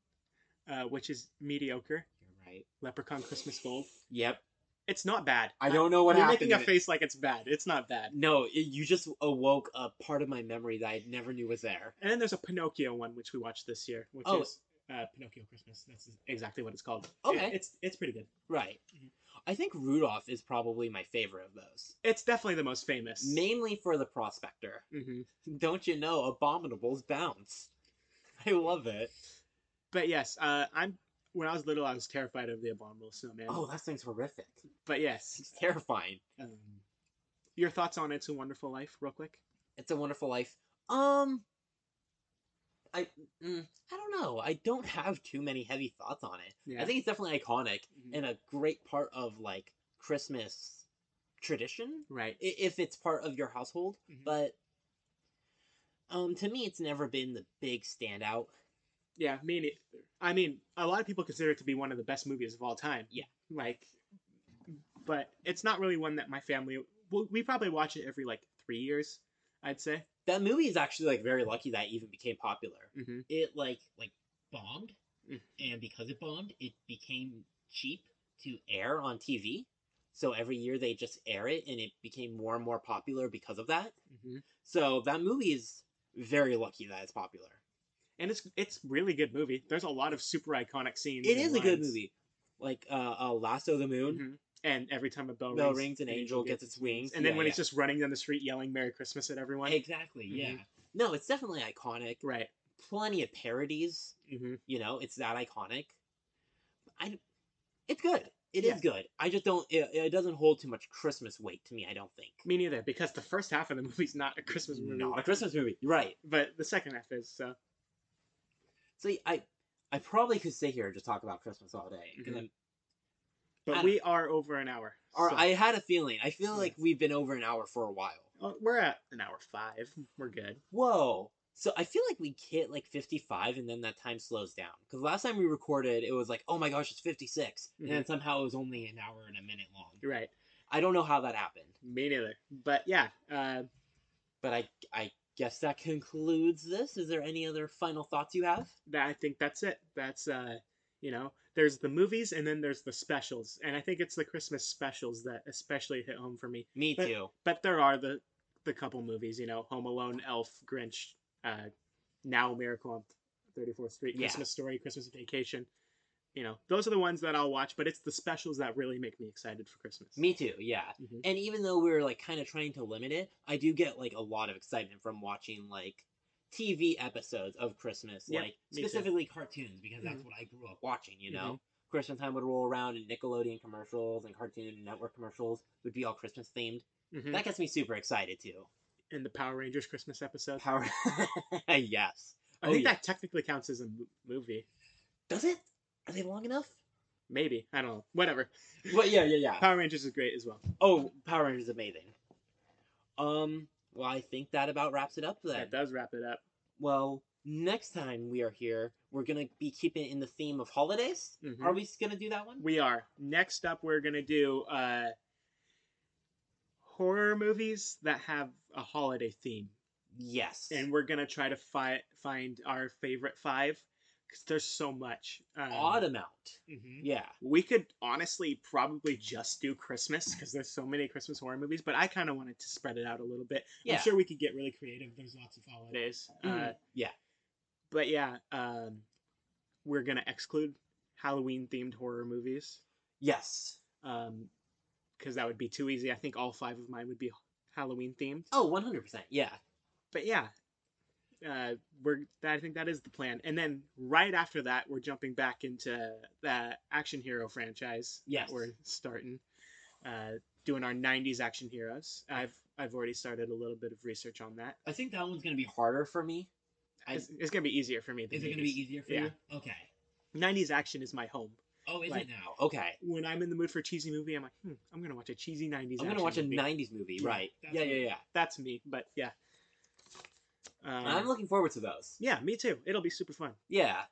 B: uh, which is mediocre.
A: You're right.
B: Leprechaun Christmas Gold.
A: Yep.
B: It's not bad.
D: I don't know what
B: You're
D: happened.
B: making a
D: in it.
B: face like it's bad. It's not bad.
A: No, it, you just awoke a part of my memory that I never knew was there.
B: And then there's a Pinocchio one which we watched this year, which
A: Oh.
B: is uh, Pinocchio Christmas. That's exactly what it's called.
A: Okay.
B: It- it's it's pretty good.
A: Right.
B: Mhm.
A: I think Rudolph is probably my favorite of those.
B: It's definitely the most famous.
A: Mainly for the prospector.
B: hmm
A: Don't you know abominables bounce? I love it.
B: But yes, uh, I'm. When I was little, I was terrified of the abominable snowman.
A: Oh, that thing's horrific.
B: But yes,
A: It's terrifying.
B: um, your thoughts on It's a Wonderful Life, real quick?
A: It's a Wonderful Life. Um I mm, I don't know. I don't have too many heavy thoughts on it.
B: Yeah.
A: I think it's definitely iconic
B: Mhm.
A: and a great part of like Christmas tradition
B: Right.
A: i- if it's part of your household.
B: Mhm.
A: But um, to me, it's never been the big standout.
B: Yeah, I mean, it- I mean, a lot of people consider it to be one of the best movies of all time.
A: Yeah.
B: Like, but it's not really one that my family. Well, we probably watch it every like three years, I'd say.
A: That movie is actually like very lucky that it even became popular.
B: Mm-hmm.
A: It like
C: like bombed,
B: Mm.
C: and because it bombed, it became cheap.
A: to air on TV, so every year they just air it, and it became more and more popular because of that.
B: hmm
A: So that movie is very lucky that it's popular.
B: And it's it's really good movie. There's a lot of super iconic scenes.
A: It
B: and
A: is a good
B: lines.
A: movie, like uh, uh Lasso the Moon.
B: Mhm. And every time a bell,
A: Bell
B: Mm-hmm.
A: rings,
B: rings,
A: an angel gets its wings.
B: And then
A: Yeah,
B: when
A: yeah.
B: he's just running down the street yelling "Merry Christmas" at everyone.
C: Exactly. Yeah.
B: Mhm.
A: No, it's definitely iconic.
B: Right.
A: Plenty of parodies.
B: Mm-hmm.
A: you know it's that iconic i it's good It is
B: Yeah.
A: good i just don't it, it doesn't hold too much christmas weight to me i don't think
B: Me neither, because the first half of the movie's not a Christmas movie,
A: not a christmas movie You're right
B: but the second half is. So
A: so i i probably could sit here and just talk about christmas all day 'cause
B: Mhm.
A: I'm- I
B: But
A: don't-
B: we are over an hour.
A: or
B: so-
A: i had a feeling i feel
B: Yeah.
A: like we've been over an hour for a while
B: Oh, we're at an hour five. We're good.
A: whoa so i feel like we hit like 55 and then that time slows down because last time we recorded it was like oh my gosh it's 56
B: Mhm.
A: and then somehow it was only
C: Only an hour and a minute long.
B: You're right.
A: i don't know how that happened
B: Me neither. But yeah, uh,
A: but i i guess that concludes this is there any other final thoughts you have
B: that, I think that's it. That's uh, you know, there's the movies and then there's the specials, and I think it's the Christmas specials that especially hit home for me.
A: Me
B: But-
A: too.
B: But there are the the couple movies, you know, Home Alone, Elf, Grinch, uh, Now Miracle on 34th Street,
A: Yeah.
B: Christmas Story, Christmas Vacation. You know, those are the ones that I'll watch, but it's the specials that really make me excited for Christmas.
A: Me too, yeah.
B: Mhm.
A: And even though we're like kind of trying to limit it, I do get like a lot of excitement from watching like TV episodes of Christmas,
B: Yep,
A: like
B: me too. Mm-hmm.
A: specifically cartoons because that's what I grew up watching, you know. Christmas time would roll around and Nickelodeon commercials and Cartoon Network commercials would be all Christmas themed.
B: Mhm.
A: That gets me super excited too.
B: And the Power Rangers Christmas episode.
A: Power Yes.
B: I
A: Oh,
B: think
A: yeah.
B: that technically counts as a mo- movie.
A: Does it? Are they long enough?
B: Maybe. I don't know. Whatever.
A: Well, yeah, yeah, yeah.
B: Power Rangers is great as well.
A: Oh, Power Rangers is amazing. Um, well, I think that about wraps it up then.
B: That does wrap it up.
A: Well, next time we are here, we're gonna be keeping it in the theme of holidays.
B: Mhm.
A: Are we s- gonna do that one?
B: We are. Next up, we're going to do uh, horror movies that have a holiday theme.
A: Yes.
B: And we're going to try to fi- find our favorite five because there's so much. Um,
A: odd amount.
B: mhm.
A: Yeah.
B: We could honestly probably just do Christmas because there's so many Christmas horror movies, but I kind of wanted to spread it out a little bit.
A: Yeah.
B: I'm sure we could get really creative. There's lots of holidays. Uh,
A: Mm, yeah.
B: but yeah, um, we're gonna exclude Halloween themed horror movies
A: Yes.
B: because um, that would be too easy. I think all five of mine would be Halloween themed.
A: Oh, 100 percent. Yeah.
B: But yeah, uh, we're that, I think that is the plan. And then right after that, we're jumping back into the action hero franchise
A: Yes.
B: that we're starting. Uh, doing our 90s action heroes. I've I've already started a little bit of research on that.
C: I think that one's gonna
A: It'd be
C: be.
A: harder for me. I-
B: It's, it's going to be easier for me than
C: Is it gonna
B: 80s.
C: be easier for
B: Yeah.
C: you? Okay.
A: e-
B: 90s action is my home.
C: Oh, is
B: Like-
C: it now?
A: Oh, okay.
B: when I'm in the mood for a cheesy movie, I'm like, hmm, I'm gonna watch a cheesy '90s.
A: I'm gonna
B: action
A: watch a
B: movie.
A: 90s movie.
B: Yeah,
A: right.
C: that's
A: Yeah,
C: what-
A: yeah, yeah.
B: That's me, but yeah. Um,
A: I'm looking forward to those.
B: yeah, me too. It'll be super fun.
A: Yeah.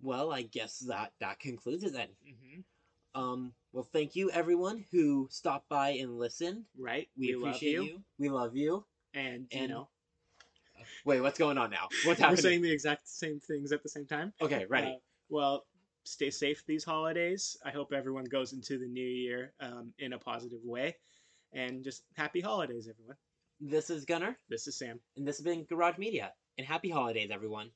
A: Well, I guess that that concludes it then.
C: Mm-hmm.
A: Um, well, thank you everyone who stopped by and listened.
B: right?
A: We, appreciate
B: love you.
A: We love you.
B: And, you
A: And
B: know,
A: Wait, what's going on now? What's
B: we're
A: happening?
B: saying the exact same things at the same time.
A: okay, ready.
B: Uh, well, stay safe these holidays. I hope everyone goes into the new year um, in a positive way. And just happy holidays, everyone.
A: this is Gunnar,
B: This is Sam.
A: and this has been Garage Media. And happy holidays, everyone.